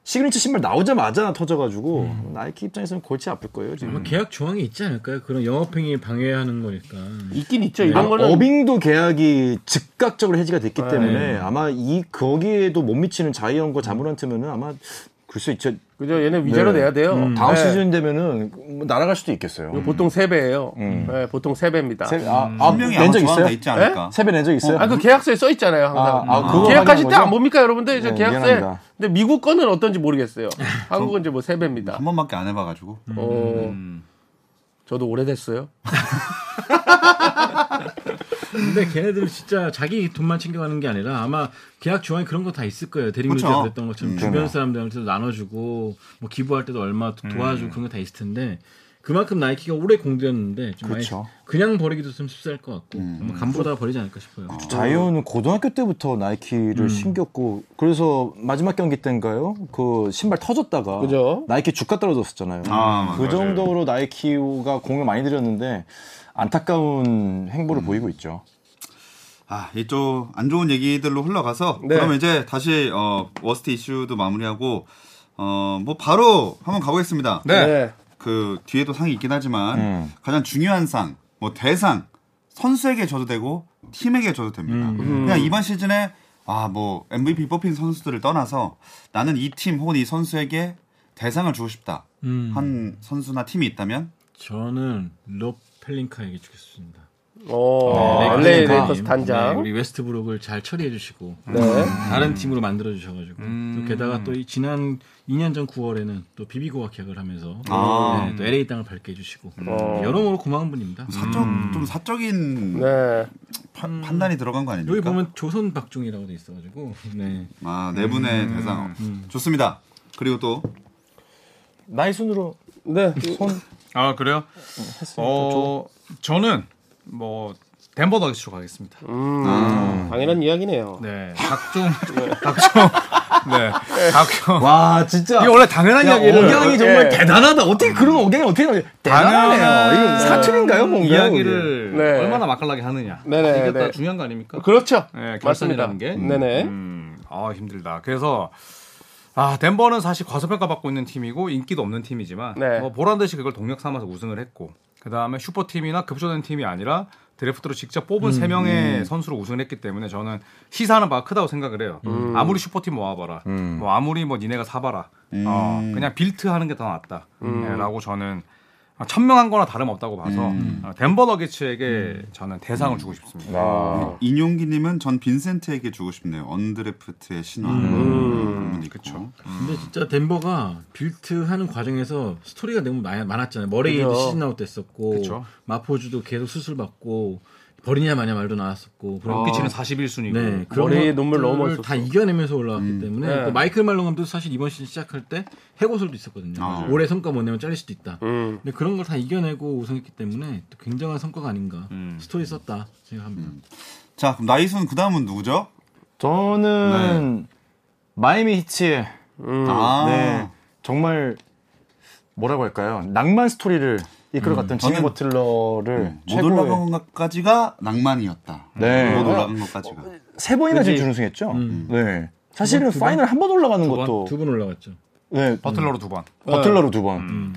S5: 시그니처 신발 나오자마자 터져가지고
S1: 음.
S5: 나이키 입장에서는 골치 아플 거예요 지금.
S4: 아마 계약 조항이 있지 않을까요? 그런 영업행위 방해하는 거니까
S1: 있긴 있죠. 아, 이런 거는
S5: 아, 어빙도 계약이 즉각적으로 해지가 됐기
S1: 네.
S5: 때문에 아마 이 거기에도 못 미치는 자이언과 자모란트면은 아마 글쎄 저
S1: 그죠? 얘네 위자료
S5: 네.
S1: 내야 돼요.
S5: 다음
S1: 네.
S5: 시즌 되면은 뭐 날아갈 수도 있겠어요.
S1: 보통 세배예요 네, 보통 세배입니다
S5: 세, 아,
S1: 음.
S5: 아,
S3: 분명히 아마
S5: 낸적
S3: 저항
S5: 있어요? 네?
S3: 다 있지 않을까?
S5: 세배 낸적 있어요?
S1: 아, 그 계약서에 써 있잖아요, 항상.
S5: 아, 아, 그거
S1: 계약하실
S5: 확인한
S1: 때 안
S5: 거죠?
S1: 봅니까, 여러분들? 저
S5: 네,
S1: 계약서에.
S5: 미안합니다.
S1: 근데 미국 거는 어떤지 모르겠어요. 한국은 이제 뭐세배입니다
S3: 한 번밖에 안 해봐가지고.
S5: 음.
S1: 어, 저도 오래됐어요.
S4: 근데 걔네들은 진짜 자기 돈만 챙겨가는 게 아니라 아마 계약 조항에 그런 거 다 있을 거예요. 대리미디가
S3: 그쵸.
S4: 그랬던 것처럼 주변 사람들한테도 나눠주고 뭐 기부할 때도 얼마 도- 도와주고 그런 거 다 있을 텐데 그만큼 나이키가 오래 공들였는데 좀 아예
S5: 그쵸.
S4: 그냥 버리기도 좀 씁쓸할 것 같고 아마 간보다 버리지 않을까 싶어요.
S5: 자이언은 고등학교 때부터 나이키를 신겼고 그래서 마지막 경기 때인가요? 그 신발 터졌다가
S1: 그죠.
S5: 나이키 주가 떨어졌었잖아요.
S3: 아,
S5: 그 정도로 나이키가 공을 많이 들였는데 안타까운 행보를 보이고 있죠.
S3: 아, 이쪽 안 좋은 얘기들로 흘러가서
S1: 네.
S3: 그럼 이제 다시 어, 워스트 이슈도 마무리하고 어, 뭐 바로 한번 가보겠습니다.
S2: 네.
S3: 그 뒤에도 상이 있긴 하지만
S5: 음.
S3: 가장 중요한 상, 뭐 대상 선수에게 줘도 되고 팀에게 줘도 됩니다.
S5: 음.
S3: 그냥 이번 시즌에 아 뭐 MVP 뽑힌 선수들을 떠나서 나는 이 팀 혹은 이 선수에게 대상을 주고 싶다
S4: 음.
S3: 한 선수나 팀이 있다면
S4: 저는 롭 펠링카에게 주겠습니다.
S1: 어,
S2: 네,
S4: 레이커스
S1: LA
S2: 그러니까.
S4: 단장님.
S1: 레이커스
S4: 네,
S1: 단장.
S4: 우리 웨스트브룩을 잘 처리해 주시고
S1: 네.
S4: 다른 팀으로 만들어 주셔가지고 또 게다가 또이 지난 2년 전 9월에는 또 비비고와 계약을 하면서
S3: 아.
S4: 네, 또 LA 땅을 밝게 해주시고
S1: 어. 음.
S4: 여러모로 고마운 분입니다.
S3: 사적
S4: 음.
S3: 좀 사적인
S1: 네.
S3: 파- 판단이 들어간 거 아닙니까?
S4: 여기 보면 조선 박종이라고 돼 있어가지고 네.
S3: 아, 네 분의
S4: 음.
S3: 대상. 좋습니다. 그리고 또
S5: 나이 순으로
S1: 네.
S2: 아 그래요? 어 저는 뭐 덴버 너겟으로 가겠습니다.
S1: 음, 당연한 이야기네요.
S2: 네, 각종, 각종, 네, 각종.
S5: 와 진짜
S2: 이게 원래 당연한
S5: 야,
S2: 이야기를
S5: 억양이 정말
S1: 예.
S5: 대단하다. 어떻게 그런 억양이 어떻게 나요? 대단하네요. 이거 사투리인가요, 뭔가?
S2: 이야기를
S1: 네.
S2: 얼마나 맛깔나게 하느냐.
S1: 네네,
S2: 이게 다
S1: 네.
S2: 중요한 거 아닙니까?
S1: 그렇죠.
S2: 네,
S1: 맞습니다.
S2: 결선이라는 게.
S1: 네네.
S2: 음, 아 힘들다. 그래서 아 덴버는 사실 과소평가 받고 있는 팀이고 인기도 없는 팀이지만
S1: 네.
S2: 뭐 보란 듯이 그걸 동력 삼아서 우승을 했고 그 다음에 슈퍼 팀이나 급조된 팀이 아니라 드래프트로 직접 뽑은 세 3명의 선수로 우승했기 때문에 저는 시사하는 바가 크다고 생각을 해요.
S1: 음.
S2: 음. 아무리 슈퍼팀 모아봐라. 뭐 아무리 뭐 니네가 사봐라. 어, 그냥 빌트하는 게 더 낫다.
S1: 음.
S2: 네, 라고 저는 천명한 거나 다름없다고 봐서 어, 덴버 너게츠에게 저는 대상을 주고 싶습니다.
S1: 아,
S3: 인용기님은 전 빈센트에게 주고 싶네요. 언드래프트의 신화. 음. 그렇죠.
S4: 근데 진짜 덴버가 빌트하는 과정에서 스토리가 너무 많- 많았잖아요. 머레이도
S1: 그죠.
S4: 시즌 아웃 됐었고
S2: 그죠.
S4: 마포주도 계속 수술 받고 버리냐 마냐 말도 나왔었고
S1: 어.
S4: 그런
S2: 록기치는 41순위고
S4: 아. 네,
S1: 머리에
S4: 그런
S1: 눈물 너무
S4: 것들을
S1: 많이
S4: 다
S1: 썼어.
S4: 이겨내면서 올라왔기 때문에
S1: 네.
S4: 또 마이클 말론 감독도 사실 이번 시즌 시작할 때 해고설도 있었거든요.
S3: 아.
S4: 올해 성과 못 내면 잘릴 수도 있다.
S1: 음.
S4: 근데 그런 걸 다 이겨내고 우승했기 때문에 또 굉장한 성과가 아닌가
S1: 음.
S4: 스토리 썼다 생각합니다.
S3: 자, 그럼 나이순 그 다음은 누구죠?
S5: 저는 마이미 히츠의
S3: 아,
S5: 네, 정말 뭐라고 할까요? 낭만 스토리를 이끌어갔던 지미
S3: 저는-
S5: 버틀러를
S3: 못
S5: 최고의
S3: 올라간 것까지가 낭만이었다.
S5: 네.
S3: 못 올라간 것까지가.
S5: 세 번이나 지금 준우승했죠. 네. 사실은 파이널 한 번 올라가는 것도
S4: 두 분 올라갔죠.
S5: 네,
S2: 버틀러로 두 번.
S5: 버틀러로 두 번.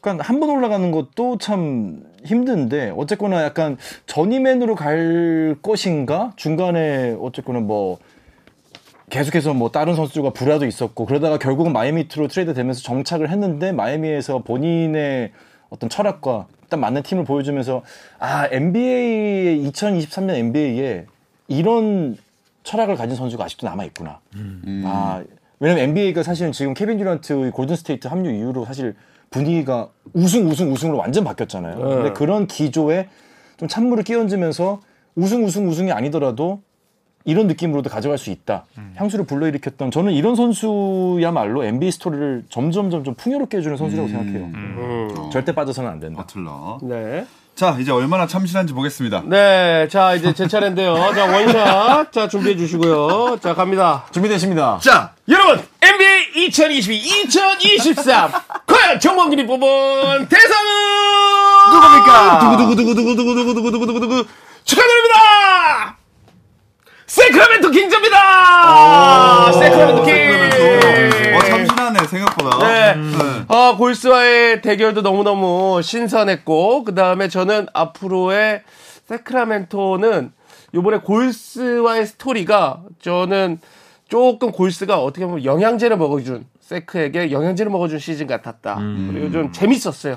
S5: 그러니까 한 번 올라가는 것도 참 힘든데 어쨌거나 약간 전이맨으로 갈 것인가 중간에 어쨌거나 뭐 계속해서 뭐 다른 선수들과 불화도 있었고 그러다가 결국은 마이애미트로 트레이드 되면서 정착을 했는데 마이애미에서 본인의 어떤 철학과 일단 맞는 팀을 보여주면서 아 NBA 2023년 NBA에 이런 철학을 가진 선수가 아직도 남아 있구나. 아 왜냐면 NBA가 사실은 지금 케빈 듀란트의 골든 스테이트 합류 이후로 사실 분위기가 우승 우승 우승으로 완전 바뀌었잖아요. 근데 그런 기조에 좀 찬물을 끼얹으면서 우승 우승 우승이 아니더라도 이런 느낌으로도 가져갈 수 있다. 향수를 불러일으켰던 저는 이런 선수야말로 NBA 스토리를 점점 점점 풍요롭게 해주는 선수라고 생각해요. 음.
S1: 음.
S5: 절대 빠져서는 안 된다.
S3: 버틀러.
S1: 네.
S3: 자, 이제 얼마나 참신한지 보겠습니다.
S1: 네, 자 이제 제 차례인데요. 자 원샷, 자 준비해 주시고요. 자 갑니다.
S5: 준비되십니다.
S1: 자 여러분 NBA 2022-2023 과연 정원균이 뽑은 대상은 누굽니까? 두구두구두구두구두구두구두구두구 축하드립니다. 세크라멘토 킹즈입니다. 세크라멘토 킹.
S3: 어, 참신하네, 생각보다.
S1: 네.
S3: 네.
S1: 아, 골스와의 대결도 너무너무 신선했고, 그 다음에 저는 앞으로의 세크라멘토는 요번에 골스와의 스토리가 저는 조금 골스가 어떻게 보면 영양제를 먹어준, 세크에게 영양제를 먹어준 시즌 같았다. 그리고 좀 재밌었어요.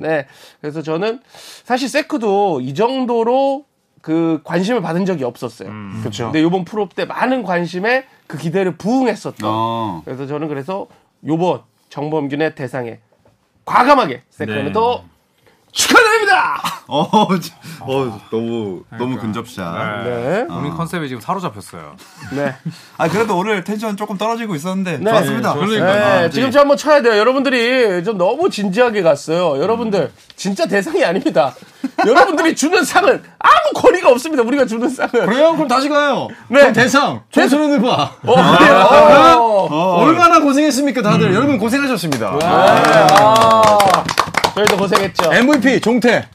S1: 네. 그래서 저는 사실 세크도 이 정도로 그 관심을 받은 적이 없었어요.
S5: 그렇죠.
S1: 근데 요번 프로 때 많은 관심에 그 기대를 부응했었던
S3: 어.
S1: 그래서 저는 그래서 요번 정범균의 대상에 과감하게
S5: 네.
S1: 세크라멘토 축하드립니다.
S3: 어, 지- 어,
S4: 아.
S3: 너무,
S4: 그러니까.
S3: 너무 근접샷.
S1: 네.
S2: 우리 컨셉에 지금 사로잡혔어요.
S1: 네.
S3: 아, 그래도 오늘 텐션 조금 떨어지고 있었는데.
S1: 네.
S3: 좋았습니다.
S5: 아,
S1: 네, 지금 저 한번 쳐야 돼요. 여러분들이 좀 너무 진지하게 갔어요.
S5: 음.
S1: 여러분들 진짜 대상이 아닙니다. 여러분들이 주는 상은 아무 권리가 없습니다. 우리가 주는 상은.
S5: 그래요? 그럼 다시 가요.
S1: 네.
S5: 그럼 아, 대상 조선을 봐.
S1: 어, 그래요? 어.
S5: 얼마나 고생했습니까 다들. 여러분 고생하셨습니다.
S1: 아, 저희도
S5: 네.
S1: 고생했죠.
S5: MVP 종태.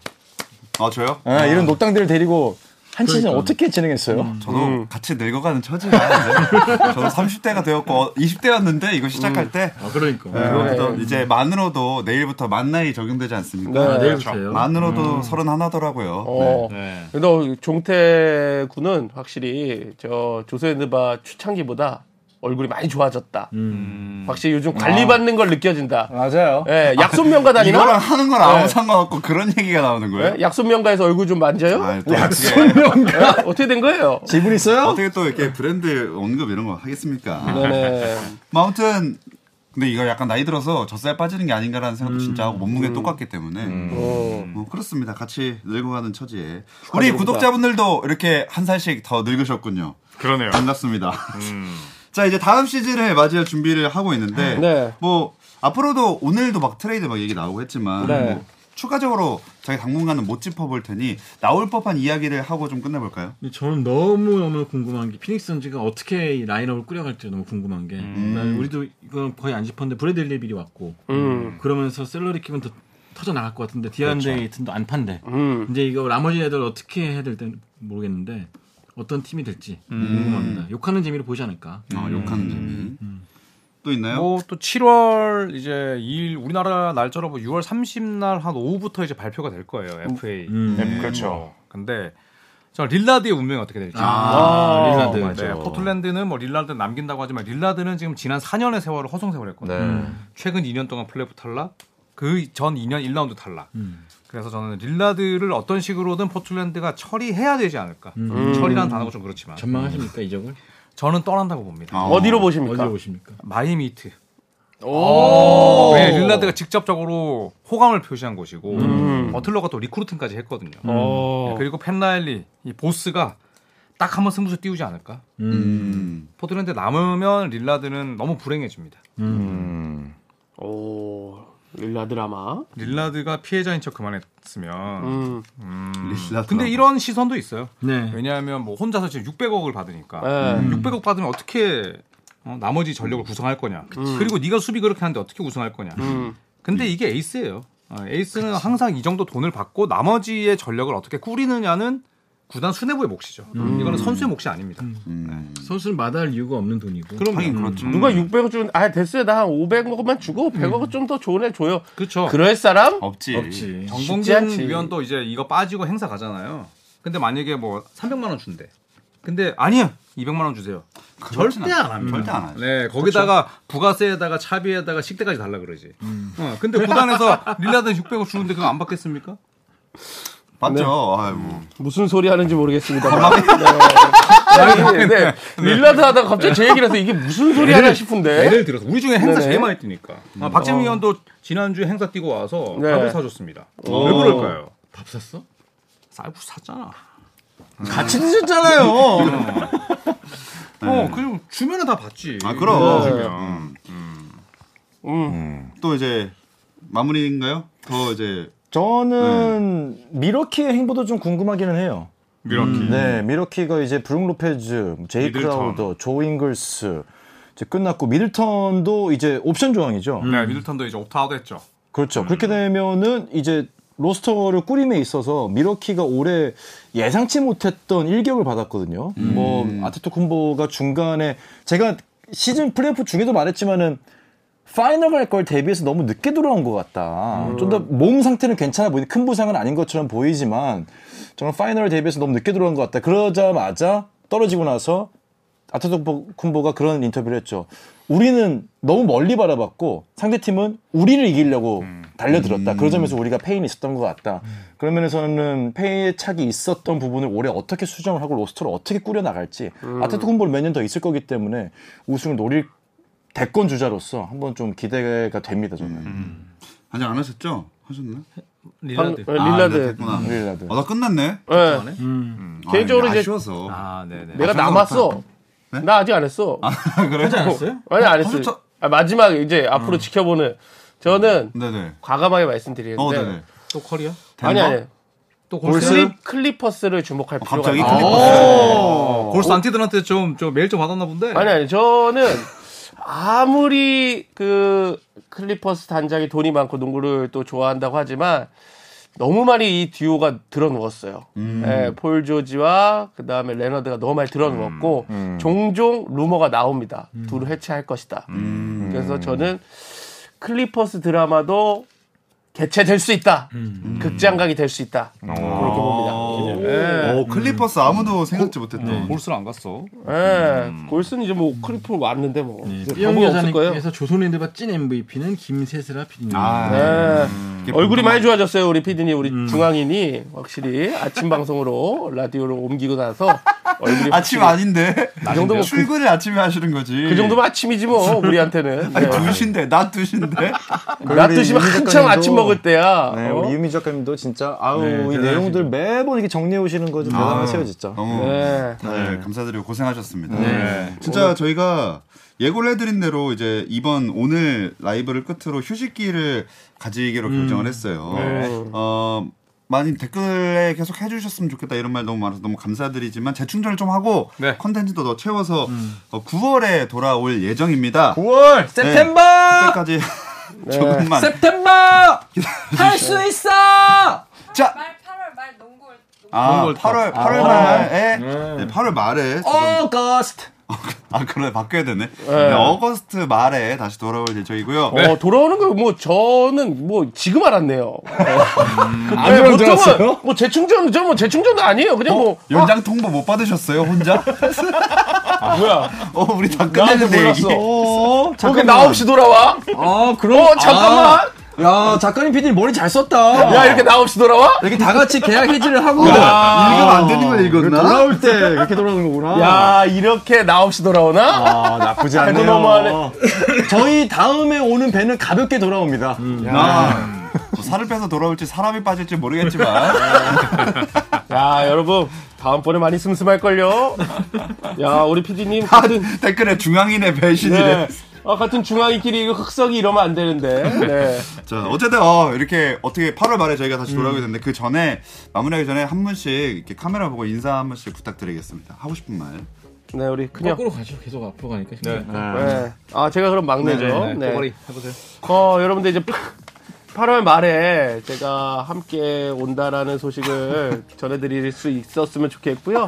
S3: 아, 저요?
S5: 아, 이런 녹당들을 데리고 한 시즌 어떻게 진행했어요? 음.
S3: 저도 같이 늙어가는 처지야. 이제. 저도 30대가 되었고 20대였는데 이거 시작할 때
S4: 아 그러니까.
S3: 그거부터 이제 만으로도 내일부터 만 나이 적용되지 않습니까? 그렇죠.
S4: 아, 내일부터요.
S3: 만으로도 서른 하나더라고요.
S1: 어. 그래도 종태 군은 확실히 저 조세드바 추창기보다 얼굴이 많이 좋아졌다. 확실히 요즘 관리받는 걸 느껴진다.
S5: 맞아요.
S1: 예, 약손명가
S3: 이거랑
S1: 다니나?
S3: 하는 건 아무
S1: 네.
S3: 상관없고 그런 얘기가 나오는 거예요.
S1: 예? 약손명가에서 얼굴 좀 만져요?
S3: 아, 또 어떻게,
S5: 손명가
S1: 예? 어떻게 된 거예요?
S5: 지분 있어요?
S3: 어떻게 또 이렇게 브랜드 언급 이런 거 하겠습니까? 아,
S1: 네네.
S3: 뭐 아무튼 근데 이거 약간 나이 들어서 젖살 빠지는 게 아닌가라는 생각도 진짜 하고 몸무게 똑같기 때문에 뭐 그렇습니다. 같이 늙어가는 처지에 우리 구독자분들도 이렇게 한 살씩 더 늙으셨군요.
S2: 그러네요.
S3: 반갑습니다. 음. 자 이제 다음 시즌을 맞이할 준비를 하고 있는데
S1: 네.
S3: 뭐 앞으로도 오늘도 막 트레이드 막 얘기 나오고 했지만
S1: 네.
S3: 뭐 추가적으로 저희 당분간은 못 짚어볼 테니 나올 법한 이야기를 하고 좀 끝내볼까요?
S4: 근데 저는 너무 너무 궁금한 게 피닉스 선지가 어떻게 이 라인업을 꾸려갈지 너무 궁금한 게 일단 우리도 이건 거의 안 짚었는데 브래들리 빌이 왔고 그러면서 셀러리 킥은 더 터져 나갈 것 같은데 디안데이튼도 안 판대. 이제 이거 나머지 애들 어떻게 해야 될지 모르겠는데 어떤 팀이 될지 궁금합니다. 욕하는 재미로 보지 않을까.
S3: 아, 욕하는 재미 또 있나요?
S2: 뭐 또 7월 이제 2일 우리나라 날짜로 뭐 6월 30날 한 오후부터 이제 발표가 될 거예요. FA.
S5: 네,
S4: 음.
S2: 그렇죠. 근데 저 릴라드의 운명이 어떻게 될지.
S4: 아, 릴라드.
S2: 네, 포틀랜드는 뭐 릴라드 남긴다고 하지만 릴라드는 지금 지난 4년의 세월을 허송 세월했거든요.
S4: 네.
S2: 음. 최근 2년 동안 플레이오프 탈락, 그 전 2년 1라운드 탈락. 그래서 저는 릴라드를 어떤 식으로든 포틀랜드가 처리해야 되지 않을까. 음. 처리라는 단어가 좀 그렇지만
S4: 네. 전망하십니까 이적을?
S2: 저는 떠난다고 봅니다.
S3: 아.
S1: 어디로 보십니까?
S4: 어디로 보십니까?
S2: 마이미트.
S1: 오.
S2: 왜 릴라드가 직접적으로 호감을 표시한 곳이고
S4: 음.
S2: 버틀러가 또 리크루팅까지 했거든요. 네,
S1: 어.
S2: 그리고 펜라일리 이 보스가 딱 한번 승부수 띄우지 않을까?
S3: 음.
S2: 포틀랜드 남으면 릴라드는 너무 불행해집니다.
S1: 오. 릴라 드라마.
S2: 릴라드가 피해자인 척 그만했으면.
S1: 음.
S3: 릴라
S2: 근데 이런 시선도 있어요.
S4: 네.
S2: 왜냐하면 뭐 혼자서 지금 600억을 받으니까
S1: 네.
S2: 600억 받으면 어떻게 어, 나머지 전력을 구성할 거냐. 그리고 네가 수비 그렇게 하는데 어떻게 구성할 거냐.
S1: 음.
S2: 근데 이게 에이스예요. 어, 에이스는 항상 이 정도 돈을 받고 나머지의 전력을 어떻게 꾸리느냐는 구단 수뇌부의 몫이죠.
S1: 음.
S2: 이거는 선수의 몫이 아닙니다.
S4: 선수는 마다할 이유가 없는 돈이고.
S3: 그럼 음. 하긴 그렇죠.
S1: 누가 600억 주는 아 됐어요. 나 한 500억만 주고 100억 좀 더 좋은 애 줘요.
S2: 그렇죠.
S1: 그럴 사람?
S3: 없지.
S1: 쉽지
S4: 없지.
S2: 정봉준
S1: 않지.
S2: 위원도 이제 이거 빠지고 행사 가잖아요. 근데 만약에 뭐 300만 원 준대. 근데 아니요. 200만 원 주세요.
S3: 그렇진
S2: 절대
S3: 않-
S2: 안 합니다.
S3: 절대 안 하죠.
S2: 네, 거기다가 부가세에다가 차비에다가 식대까지 달라 그러지. 어, 근데 구단에서 릴라드 600억 주는데 그거 안 받겠습니까?
S3: 맞죠.
S1: 네.
S3: 아유. 뭐.
S1: 무슨 소리 하는지 모르겠습니다. 네. 네. 릴라드 하다가 갑자기 제 얘기라서 이게 무슨 소리 하나 싶은데.
S2: 예를 들어서 우리 중에 행사
S1: 네. 네네.
S2: 제일 많이 뛰니까. 아, 박재민 위원도 지난주에 행사 뛰고 와서
S1: 네.
S2: 밥을 사줬습니다. 왜 그럴까요?
S4: 밥 샀어?
S2: 쌀국 샀잖아.
S4: 같이 드셨잖아요.
S2: 어, 그냥 주면은 다 받지.
S3: 아 그럼.
S2: 네.
S3: 음.
S1: 음.
S3: 또 이제 마무리인가요? 더 이제
S5: 저는 미러키의 행보도 좀 궁금하기는 해요.
S2: 미러키.
S5: 네, 미러키가 이제 브룩 로페즈, 제이
S2: 미들턴.
S5: 크라우더, 조 잉글스 이제 끝났고 미들턴도 이제 옵션 조항이죠.
S2: 네, 미들턴도 이제 옵트아웃 했죠.
S5: 그렇죠. 그렇게 되면은 이제 로스터를 꾸림에 있어서 미러키가 올해 예상치 못했던 일격을 받았거든요. 뭐 아테토쿤보가 중간에 제가 시즌 플레이오프 중에도 말했지만은 파이널 갈 걸 대비해서 너무 늦게 돌아온 것 같다. 좀 더 몸 상태는 괜찮아 보이는 큰 부상은 아닌 것처럼 보이지만 저는 파이널 대비해서 너무 늦게 돌아온 것 같다. 그러자마자 떨어지고 나서 아테토쿤보가 그런 인터뷰를 했죠. 우리는 너무 멀리 바라봤고 상대 팀은 우리를 이기려고 달려들었다. 그런 점에서 우리가 페인이 있었던 것 같다. 그런 면에서는 페이의 착이 있었던 부분을 올해 어떻게 수정을 하고 로스터를 어떻게 꾸려 나갈지 아테토쿤보는 몇 년 더 있을 거기 때문에 우승을 노릴 대권 주자로서 한번 좀 기대가 됩니다 저는.
S1: 음.
S3: 아직 안 하셨죠? 하셨나? 아,
S1: 방-
S2: 릴라드.
S1: 어, 릴라드.
S3: 됐구나.
S5: 릴라드.
S3: 어, 나 끝났네.
S1: 예.
S3: 음, 아,
S1: 개인적으로 이제-
S3: 아쉬워서.
S2: 아, 네네.
S1: 내가
S3: 생각
S1: 남았어. 나 아직 안 했어.
S3: 그래?
S4: 하지 않았어요?
S1: 아니 안 했어. 요 마지막 이제 앞으로 지켜보는 저는
S3: 네네.
S1: 과감하게
S3: 어,
S1: 말씀드리는데
S3: 네네.
S2: 또 커리어?
S1: 아니 아니
S2: 또 골스?
S1: 클리, 클리퍼스를 주목할
S3: 어,
S1: 필요가
S3: 갑자기
S1: 있어.
S3: 클리퍼스.
S2: 골스 안티들한테 좀, 좀 메일 좀 받았나 본데?
S1: 네. 아니 아니 저는 아무리 그 클리퍼스 단장이 돈이 많고 농구를 또 좋아한다고 하지만 너무 많이 이 듀오가 들어누웠어요. 예, 폴 조지와 그 다음에 레너드가 너무 많이 들어누웠고 종종 루머가 나옵니다.
S4: 음.
S1: 둘을 해체할 것이다. 그래서 저는 클리퍼스 드라마도 개최될 수 있다.
S4: 음.
S1: 극장각이 될 수 있다. 그렇게
S4: 어.
S1: 봅니다. 예.
S3: 어. 오, 클리퍼스 아무도 생각지 못했던.
S1: 네.
S2: 골스를 안 갔어.
S1: 예. 골슨 이제 뭐 클리퍼 왔는데 뭐
S4: 네. 이영
S1: 방법이 없을 거예요.
S4: 여자님께서 조선인들과 찐 MVP는 김세슬아 네. PD입니다.
S1: 예.
S3: 이게 음.
S1: 얼굴이
S3: 분명한-
S1: 많이 좋아졌어요 우리 피디님 우리 중앙인이 확실히 아침 방송으로 라디오로 옮기고 나서 얼굴이
S3: 뭐 아침
S1: 확실히-
S3: 아닌데.
S1: 이 네. 그 정도면
S3: 출근을 아침에 하시는 거지.
S1: 그 정도면 아침이지 뭐 우리한테는
S3: 아니,
S1: 네.
S3: 두신데, 낮 두신데.
S1: 낮
S5: 우리
S1: 2시면
S5: 이민
S1: 한참
S5: 작가님도-
S1: 아침 먹을 때야
S5: 네,
S1: 어? 네,
S5: 우리 이미 작가님도 진짜 아우 이
S4: 대단하십니다.
S5: 내용들 매번 이렇게 정리해 오시는
S1: 아.
S5: 거좀 대단하세요 진짜.
S3: 너무.
S1: 네.
S3: 네, 감사드리고 고생하셨습니다. 네. 진짜 저희가 예고를 해드린 대로 이제 이번 오늘 라이브를 끝으로 휴식기를 가지기로 결정을 했어요. 어, 많이 댓글에 계속 해주셨으면 좋겠다 이런 말 너무 많아서 너무 감사드리지만 재충전을 좀 하고
S2: 네.
S3: 컨텐츠도 더 채워서 9월에 돌아올 예정입니다. 네.
S2: 9월!
S5: 템바
S3: 그때까지 조금만
S5: 템바 할 수 있어.
S3: 자
S6: 말 8월 말 농구 올- 농구
S3: 아,
S2: 농구월터.
S3: 네, 8월 8월 말에 네, 8월 말에
S5: 어거스트.
S3: 아, 그래, 바뀌어야 되네. 네, 어거스트 말에 다시 돌아올 예정이고요.
S1: 어, 돌아오는 거 뭐 저는 뭐 지금 알았네요.
S5: 아, 안 그런 줄 알았어요? 어?
S1: 뭐 재충전 저뭐 재충전도 아니에요. 그냥 뭐
S3: 연장 통보 못 받으셨어요, 혼자?
S1: 뭐야?
S3: 어, 우리 다 끝났는데, 얘기.
S5: 어,
S1: 그렇게
S5: 뭐.
S1: 나 없이 돌아와?
S5: 아, 그럼.
S1: 어, 잠깐만.
S5: 야, 작가님 피디님 머리 잘 썼다.
S1: 야 이렇게 나 없이 돌아와?
S5: 이렇게 다 같이 계약 해지를 하고.
S3: 아, 읽으면 안 되는 걸 읽었나?
S5: 돌아올 때 이렇게 돌아오는 거구나.
S1: 야 이렇게 나 없이 돌아오나?
S5: 아, 나쁘지 않네요.
S1: 너무하네.
S5: 저희 다음에 오는 배는 가볍게 돌아옵니다.
S3: 아, 뭐 살을 빼서 돌아올지 사람이 빠질지 모르겠지만.
S1: 야 여러분 다음번에 많이 슴슴할걸요. 야 우리 PD님
S3: 아,
S1: 같은
S3: 댓글에 중앙인의
S1: 네.
S3: 배신이래.
S1: 아, 같은 중앙이끼리 이거 흑석이 이러면 안 되는데. 네.
S3: 자, 어쨌든, 어, 이렇게 어떻게 8월 말에 저희가
S4: 음.
S3: 다시 돌아오게 됐는데, 그 전에, 마무리하기 전에 한 분씩 이렇게 카메라 보고 인사 한 번씩 부탁드리겠습니다. 하고 싶은 말.
S1: 네 우리 그냥.
S4: 거꾸로 가죠. 계속 앞으로 가니까. 네.
S1: 네. 아 제가 그럼 막내죠. 네.
S4: 꼬리 해보세요.
S1: 어, 여러분들 이제 8월 말에 제가 함께 온다라는 소식을 전해드릴 수 있었으면 좋겠고요.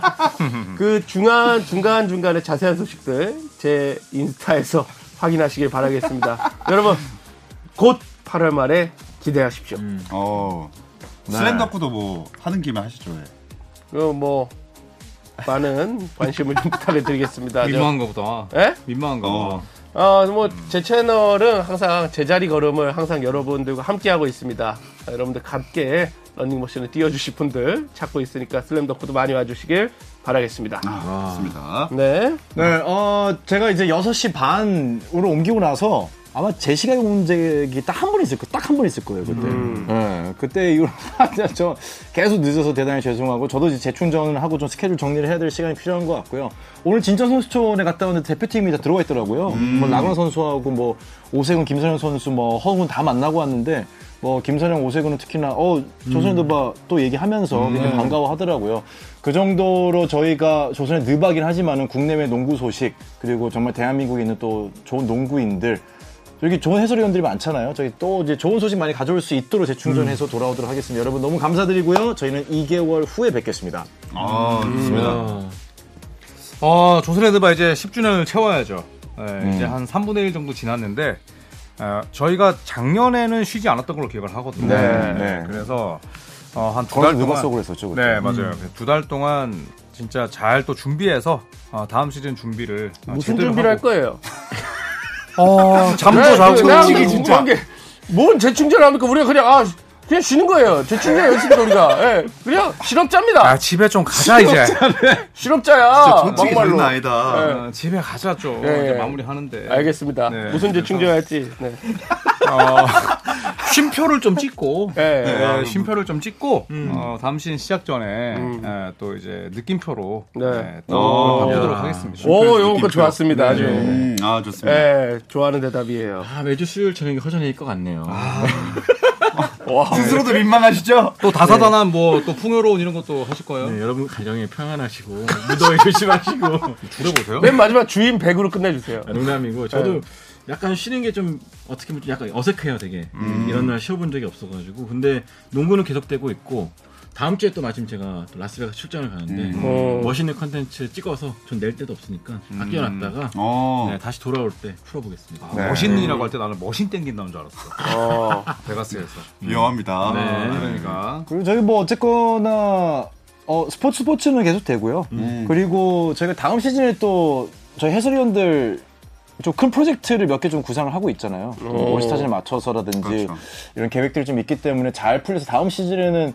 S1: 그 중간 중간 중간에 자세한 소식들 제 인스타에서 확인하시길 바라겠습니다. 여러분 곧 8월 말에 기대하십시오.
S3: 어,
S4: 네.
S3: 슬램덕후도 뭐, 하는 김에 하시죠. 예.
S1: 그리고 뭐 많은 관심을 좀 부탁드리겠습니다.
S2: 민망한 거보다.
S1: 예?
S2: 민망한 거.
S3: 어.
S1: 아, 뭐 제 채널은 항상 제자리 걸음을 항상 여러분들과 함께 하고 있습니다. 아, 여러분들 함께 런닝머신을 뛰어주실 분들 찾고 있으니까 슬램덕후도 많이 와주시길 바라겠습니다.
S3: 아, 좋습니다.
S1: 네.
S5: 네, 어, 제가 이제 6시 반으로 옮기고 나서 아마 제 시간 문제기 딱 한 번 있을 거예요. 딱 한 번 있을 거예요, 그때. 네, 그때 이후로 진짜 저 계속 늦어서 대단히 죄송하고 저도 이제 재충전을 하고 좀 스케줄 정리를 해야 될 시간이 필요한 것 같고요. 오늘 진천 선수촌에 갔다 오는데 대표팀이 다 들어와 있더라고요. 뭐 나그나 선수하고 뭐 오세훈, 김선영 선수, 뭐 허웅은 다 만나고 왔는데 뭐 김선영, 오세근은 특히나 어 조선의 느바 또 얘기하면서 굉장히 반가워하더라고요. 그 정도로 저희가 조선의 느바긴 하지만은 국내외 농구 소식 그리고 정말 대한민국에 있는 또 좋은 농구인들 여기 좋은 해설위원들이 많잖아요. 저희 또 이제 좋은 소식 많이 가져올 수 있도록 재충전해서 돌아오도록 하겠습니다. 여러분 너무 감사드리고요. 저희는 2개월 후에 뵙겠습니다.
S3: 아,
S4: 음.
S3: 좋습니다.
S2: 어, 조선헤드바 이제 10주년을 채워야죠. 예, 이제 한 3분의 1 정도 지났는데, 어, 저희가 작년에는 쉬지 않았던 걸로 기억을 하거든요.
S5: 네, 네.
S2: 그래서, 어, 한 두 달
S5: 거의 누가
S2: 동안.
S5: 속으로 했었죠. 그때.
S2: 네, 맞아요. 두 달 동안 진짜 잘 또 준비해서, 어, 다음 시즌 준비를. 어,
S1: 무슨
S2: 제대로
S1: 준비를 할
S2: 하고.
S1: 거예요?
S2: 어, 잠도
S1: 네,
S2: 자고.
S1: 그, 솔직히 진짜. 뭔 재충전합니까? 우리가 그냥 아 그냥 쉬는 거예요. 재충전 연습도 우리가. 예. 그냥
S2: 아,
S1: 실업자입니다.
S2: 집에 좀 가자, 이제.
S1: 실업자야.
S3: 솔직히
S1: 정말로.
S3: 그런 아이다.
S4: 네.
S2: 어, 집에 가자, 좀.
S1: 네.
S2: 이제 마무리하는데.
S1: 알겠습니다.
S2: 네,
S1: 무슨 재충전할지. 네.
S2: 어, 쉼표를 좀 찍고
S1: 예.
S2: 네, 쉼표를 좀 찍고 어, 다음 시즌 시작 전에 예, 또 이제 느낌표로
S1: 음. 네. 아.
S2: 예, 또 바꾸도록 하겠습니다.
S1: 오, 요거 좋았습니다. 아주.
S3: 음, 아, 좋습니다.
S4: 네.
S1: 예, 좋아하는 대답이에요.
S4: 아 매주 수요일 저녁에 허전해질 것 같네요.
S3: 스스로도 민망하시죠?
S2: 또 다사다난 뭐 또 풍요로운 이런 것도 하실 거예요?
S4: 네, 여러분 가정에 평안하시고 무더위 조심하시고
S2: 들어보세요.
S1: 맨 마지막 주인 100으로 끝내주세요.
S4: 아, 농담이고 저도 약간 쉬는 게 좀 어떻게 보면 약간 어색해요 되게 이런 날 쉬어본 적이 없어가지고 근데 농구는 계속되고 있고 다음 주에 또 마침 제가 또 라스베가스 출장을 가는데 뭐
S1: 어.
S4: 멋있는 컨텐츠 찍어서 전 낼 데도 없으니까 아껴놨다가
S3: 어.
S4: 네, 다시 돌아올 때 풀어보겠습니다.
S2: 머신이라고 네. 할 때 나는 머신 땡긴다는 줄 알았어.
S1: 어.
S2: 베가스에서.
S3: 위험합니다.
S1: 네.
S4: 네.
S2: 그러니까.
S5: 그리고 저희 뭐 어쨌거나 어, 스포츠 스포츠는 계속 되고요. 그리고 저희가 다음 시즌에 또 저희 해설위원들 좀 큰 프로젝트를 몇 개 좀 구상을 하고 있잖아요. 뭐 올 스타즌에 맞춰서라든지
S3: 그렇죠.
S5: 이런 계획들이 좀 있기 때문에 잘 풀려서 다음 시즌에는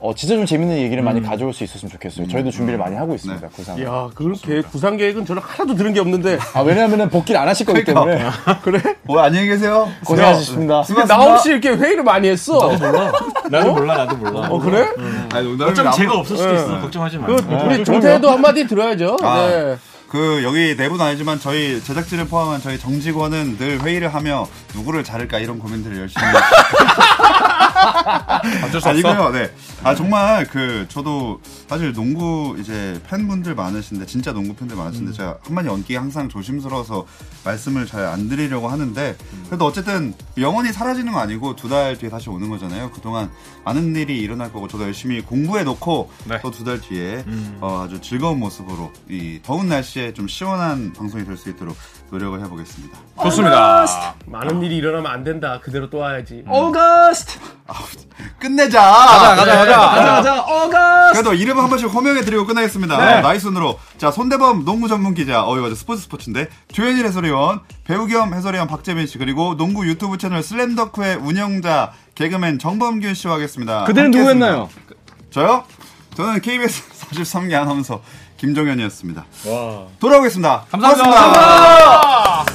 S5: 어, 진짜 좀 재밌는 얘기를 많이 가져올 수 있었으면 좋겠어요. 저희도 준비를 많이 하고 있습니다. 구상.
S1: 야, 그런 계획, 구상 계획은 저는 하나도 들은 게 없는데.
S5: 아 왜냐하면 복귀를 안 하실 거기
S3: 그러니까.
S5: 때문에
S1: 그래?
S3: 어, 안녕히 계세요.
S4: 네.
S5: 고생하셨습니다. 아,
S1: 근데 나 없이 이렇게 회의를 많이 했어.
S4: 나도 몰라 나도 몰라.
S1: 어, 그래?
S5: 음.
S3: 아니, 농담이
S4: 어차피
S3: 아무-
S4: 제가 없을 수도 있어 걱정하지 마.
S1: 그,
S5: 아,
S1: 우리 종태도 한마디 들어야죠.
S3: 아,
S1: 네.
S3: 그 여기 내부는 아니지만 저희 제작진을 포함한 저희 정직원은 늘 회의를 하며 누구를 자를까 이런 고민들을 열심히
S2: 어쩔 수 없어.
S3: 아니고요. 네. 아 정말 그 저도 사실 농구 이제 팬분들 많으신데 진짜 농구 팬들 많으신데
S2: 음.
S3: 제가 한마디 연기 항상 조심스러워서 말씀을 잘 안 드리려고 하는데
S2: 음.
S3: 그래도 어쨌든 영원히 사라지는 거 아니고 두 달 뒤에 다시 오는 거잖아요. 그동안 많은 일이 일어날 거고 저도 열심히 공부해 놓고
S2: 네. 음.
S3: 또 두 달 뒤에 어, 아주 즐거운 모습으로 이 더운 날씨에 좀 시원한 방송이 될 수 있도록 노력을 해보겠습니다.
S2: 좋습니다.
S1: 많은 일이 일어나면 안 된다. 그대로 또 와야지. 어거스트.
S3: 끝내자.
S2: 가자
S5: 아.
S2: 가자.
S5: 가자, 어가!
S3: 그래도 이름 한 번씩 호명해드리고 끝나겠습니다. 나이순으로. 자, 손대범 농구 전문 기자, 어, 이거 맞아. 스포츠 스포츠인데. 조현일 해설위원, 배우 겸 해설위원 박재민 씨, 그리고 농구 유튜브 채널 슬램덕후의 운영자, 개그맨 정범균 씨와 하겠습니다.
S5: 그대는
S3: 함께
S5: 누구였나요?
S3: 했습니다. 저요? 저는 KBS 43개 아나운서 김종현이었습니다. 돌아오겠습니다.
S2: 감사합니다.
S3: 고맙습니다.
S1: 아!